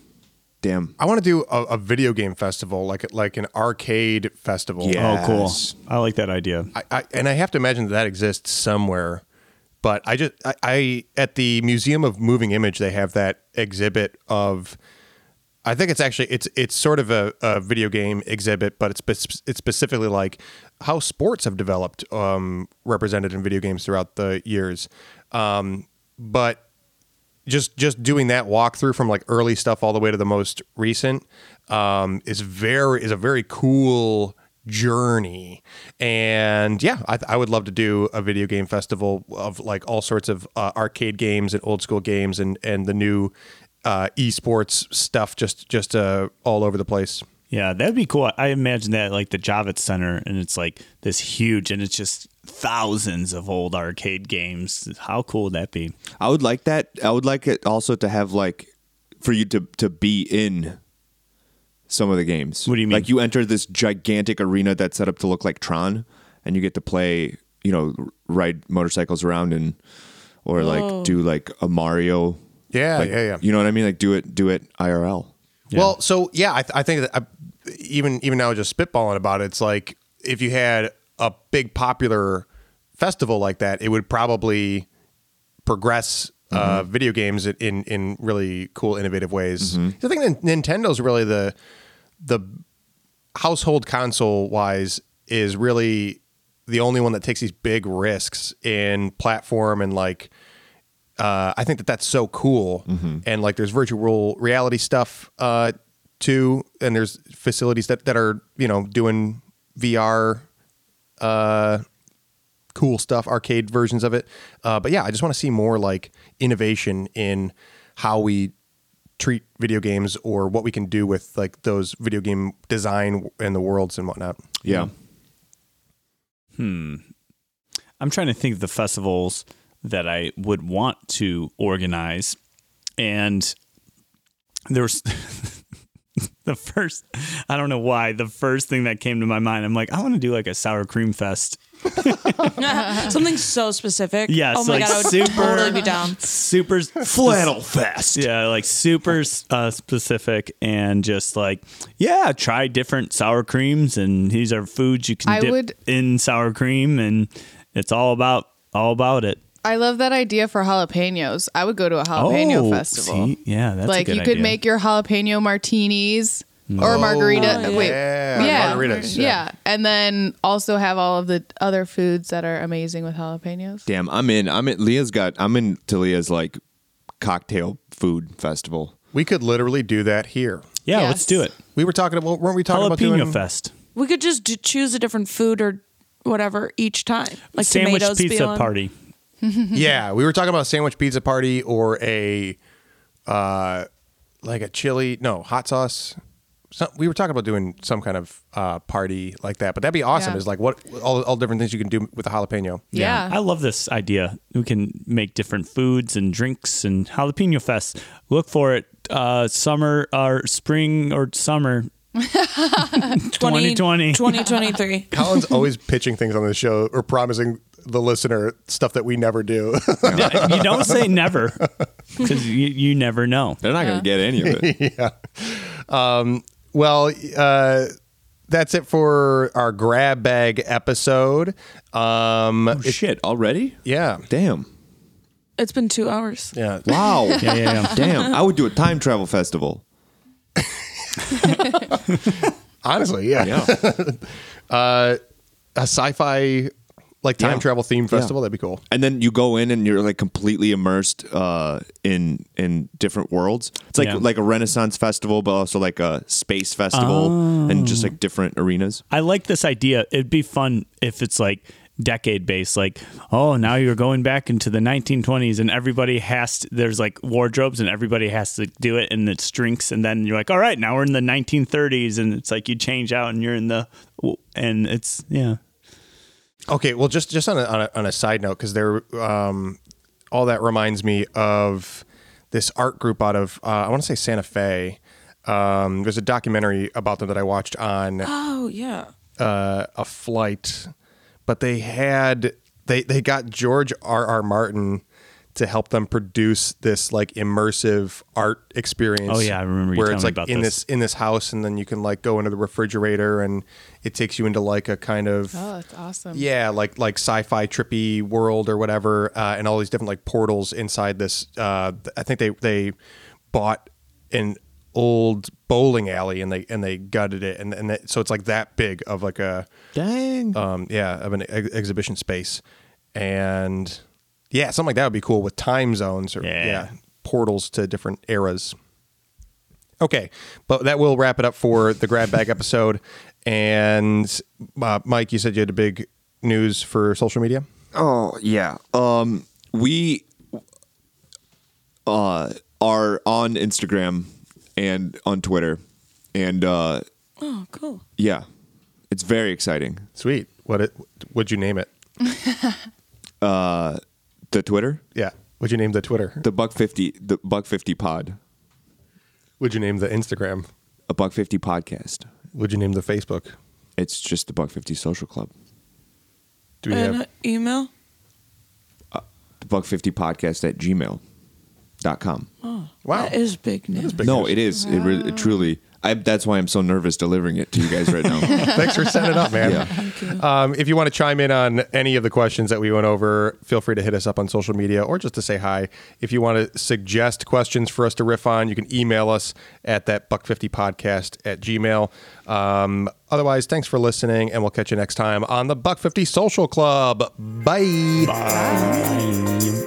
Speaker 5: Damn.
Speaker 1: I want to do a, a video game festival, like like an arcade festival.
Speaker 5: Yeah.
Speaker 3: Oh, cool.
Speaker 5: Yes.
Speaker 3: I like that idea.
Speaker 1: I, I and I have to imagine that, that exists somewhere. But I just I, I at the Museum of Moving Image they have that exhibit of I think it's actually it's it's sort of a, a video game exhibit, but it's spe- it's specifically like how sports have developed um, represented in video games throughout the years. Um, but just just doing that walkthrough from like early stuff all the way to the most recent um, is very is a very cool journey and yeah I, I would love to do a video game festival of like all sorts of uh, arcade games and old school games and and the new uh, esports stuff just just uh, all over the place
Speaker 3: Yeah, that'd be cool. I imagine that like the Javits Center, and it's like this huge, and it's just thousands of old arcade games. How cool would that be?
Speaker 5: I would like that. I would like it also to have like for you to to be in some of the games.
Speaker 3: What do you mean?
Speaker 5: Like you enter this gigantic arena that's set up to look like Tron, and you get to play. You know, r- ride motorcycles around and or like do like a Mario.
Speaker 1: Yeah,
Speaker 5: like,
Speaker 1: yeah, yeah.
Speaker 5: You know what I mean? Like do it, do it IRL.
Speaker 1: Well, so yeah, I, th- I think that I, even even now just spitballing about it, it's like if you had a big popular festival like that, it would probably progress uh, video games in- in in really cool, innovative ways. I think that Nintendo's really the the household console wise is really the only one that takes these big risks in platform and like uh, I think that that's so cool.
Speaker 3: Mm-hmm.
Speaker 1: And like, there's virtual reality stuff uh, too, and there's facilities that that are you know doing VR, uh, cool stuff, arcade versions of it. Uh, but yeah, I just want to see more like innovation in how we treat video games or what we can do with like those video game design and the worlds and whatnot.
Speaker 5: Yeah.
Speaker 3: I'm trying to think of the festivals that I would want to organize, and there's <laughs> the first, I don't know why, the first thing that came to my mind, I'm like, I want to do like a sour cream fest.
Speaker 2: Something so specific.
Speaker 3: Yes,
Speaker 2: Oh my
Speaker 3: like
Speaker 2: god, I would
Speaker 3: super-
Speaker 2: totally be down.
Speaker 3: Super <laughs> flannel fest. Yeah, like super uh, specific and just like, yeah, try different sour creams and these are foods you can
Speaker 4: I
Speaker 3: dip
Speaker 4: would-
Speaker 3: in sour cream and it's all about all about it.
Speaker 4: I love that idea for jalapenos. I would go to a jalapeno festival.
Speaker 3: Oh, see? Yeah, that's a
Speaker 4: like
Speaker 3: good
Speaker 4: you could
Speaker 3: idea. Mm.
Speaker 4: make your jalapeno martinis or margarita.
Speaker 2: Oh,
Speaker 4: Wait,
Speaker 1: yeah.
Speaker 4: yeah,
Speaker 1: Margaritas,
Speaker 4: yeah.
Speaker 1: yeah.
Speaker 4: and then also have all of the other foods that are amazing with jalapenos.
Speaker 5: Damn, I'm in. I'm in. Leah's got. I'm in to Leah's like cocktail food festival.
Speaker 1: We could literally do that here.
Speaker 3: Yeah,
Speaker 4: Yes.
Speaker 3: let's do it.
Speaker 1: We were talking about, weren't we talking about
Speaker 3: Jalapeno
Speaker 1: doing?
Speaker 3: fest.
Speaker 2: We could just do, choose a different food or whatever each time, like
Speaker 3: Sandwich
Speaker 2: tomatoes
Speaker 3: pizza
Speaker 2: being-
Speaker 3: party.
Speaker 5: Mm-hmm.
Speaker 1: yeah, we were talking about a sandwich pizza party or a, uh, like a chili, no hot sauce. Some, we were talking about doing some kind of uh, party like that, but that'd be awesome.
Speaker 4: Yeah.
Speaker 1: Is like what all all different things you can do with a jalapeno.
Speaker 4: Yeah.
Speaker 3: I love this idea. We can make different foods and drinks and jalapeno fest. Look for it uh, summer or spring or
Speaker 1: <laughs>
Speaker 3: summer
Speaker 2: 20,
Speaker 3: 2020.
Speaker 2: 2023.
Speaker 1: Colin's <laughs> always pitching things on the show or promising the listener stuff that we never do. <laughs>
Speaker 3: Yeah, you don't say never because you, you never know.
Speaker 5: They're not gonna get any <laughs> of it.
Speaker 1: well, uh, that's it for our grab bag episode. Um,
Speaker 5: Oh, Shit, already?
Speaker 1: yeah.
Speaker 5: Damn.
Speaker 2: <laughs> It's been two hours.
Speaker 1: Yeah.
Speaker 5: Wow.
Speaker 3: Yeah, yeah, yeah.
Speaker 5: Damn. I would do a time travel festival.
Speaker 1: Honestly, yeah.
Speaker 5: Yeah.
Speaker 1: A sci-fi like time
Speaker 5: Yeah.
Speaker 1: travel theme festival that'd be cool.
Speaker 5: and then you go in and you're like completely immersed uh, in in different worlds. It's like
Speaker 3: Yeah.
Speaker 5: like a Renaissance festival, but also like a space festival and just like different arenas.
Speaker 3: I like this idea. It'd be fun if it's like decade based like oh now you're going back into the 1920s and everybody has to, there's like wardrobes and everybody has to do it and it's drinks and then you're like all right now we're in the 1930s and it's like you change out and you're in the and it's yeah
Speaker 1: Okay, well, just just on a, on a, on a side note, because there, um, all that reminds me of this art group out of uh, I want to say Santa Fe. Um, there's a documentary about them that I watched on
Speaker 2: Oh yeah.
Speaker 1: uh, a flight, but they had they they got George R. R. Martin to help them produce this like immersive art experience.
Speaker 3: Oh, yeah, I remember you
Speaker 1: where
Speaker 3: telling
Speaker 1: it's
Speaker 3: me
Speaker 1: like
Speaker 3: about
Speaker 1: in
Speaker 3: this.
Speaker 1: in this house, and then you can like go into the refrigerator, and it takes you into like a kind of
Speaker 4: Oh, that's awesome.
Speaker 1: yeah, like like sci-fi trippy world or whatever, uh, and all these different like portals inside this. Uh, th- I think they they bought an old bowling alley and they and they gutted it, and and that, so it's like that big of like a
Speaker 5: Dang.
Speaker 1: um yeah of an ex- exhibition space, and yeah, something like that would be cool with time zones or
Speaker 3: Yeah.
Speaker 1: yeah portals to different eras. Okay, but that will wrap it up for the grab bag episode. And uh, Mike, you said you had a big news for social media.
Speaker 5: Oh yeah. Um, we uh are on Instagram and on Twitter, and uh,
Speaker 2: Oh cool.
Speaker 5: yeah, it's very exciting.
Speaker 1: Sweet. What it? Would you name it?
Speaker 5: Uh, The Twitter,
Speaker 1: Yeah. Would you name the Twitter?
Speaker 5: the Buck Fifty, the Buck Fifty Pod,
Speaker 1: Would you name the Instagram?
Speaker 5: a Buck Fifty podcast.
Speaker 1: Would you name the Facebook?
Speaker 5: It's just the Buck Fifty Social Club,
Speaker 1: Do we
Speaker 2: And
Speaker 1: have?
Speaker 2: uh, email.
Speaker 5: the Buck Fifty Podcast at Gmail dot com.
Speaker 1: Wow.
Speaker 2: That is big news.
Speaker 1: big
Speaker 5: No,
Speaker 1: news.
Speaker 5: it is. It, re- it truly. I, that's why I'm so nervous delivering it to you guys right
Speaker 1: <laughs>
Speaker 5: now.
Speaker 1: Thanks for setting it up, man.
Speaker 5: Yeah.
Speaker 2: Thank you.
Speaker 1: Um, if you want to chime in on any of the questions that we went over, feel free to hit us up on social media or just to say hi. If you want to suggest questions for us to riff on, you can email us at that buck50podcast at gmail. Um, otherwise, thanks for listening, and we'll catch you next time on the Buck50 Social Club. Bye.
Speaker 3: Bye.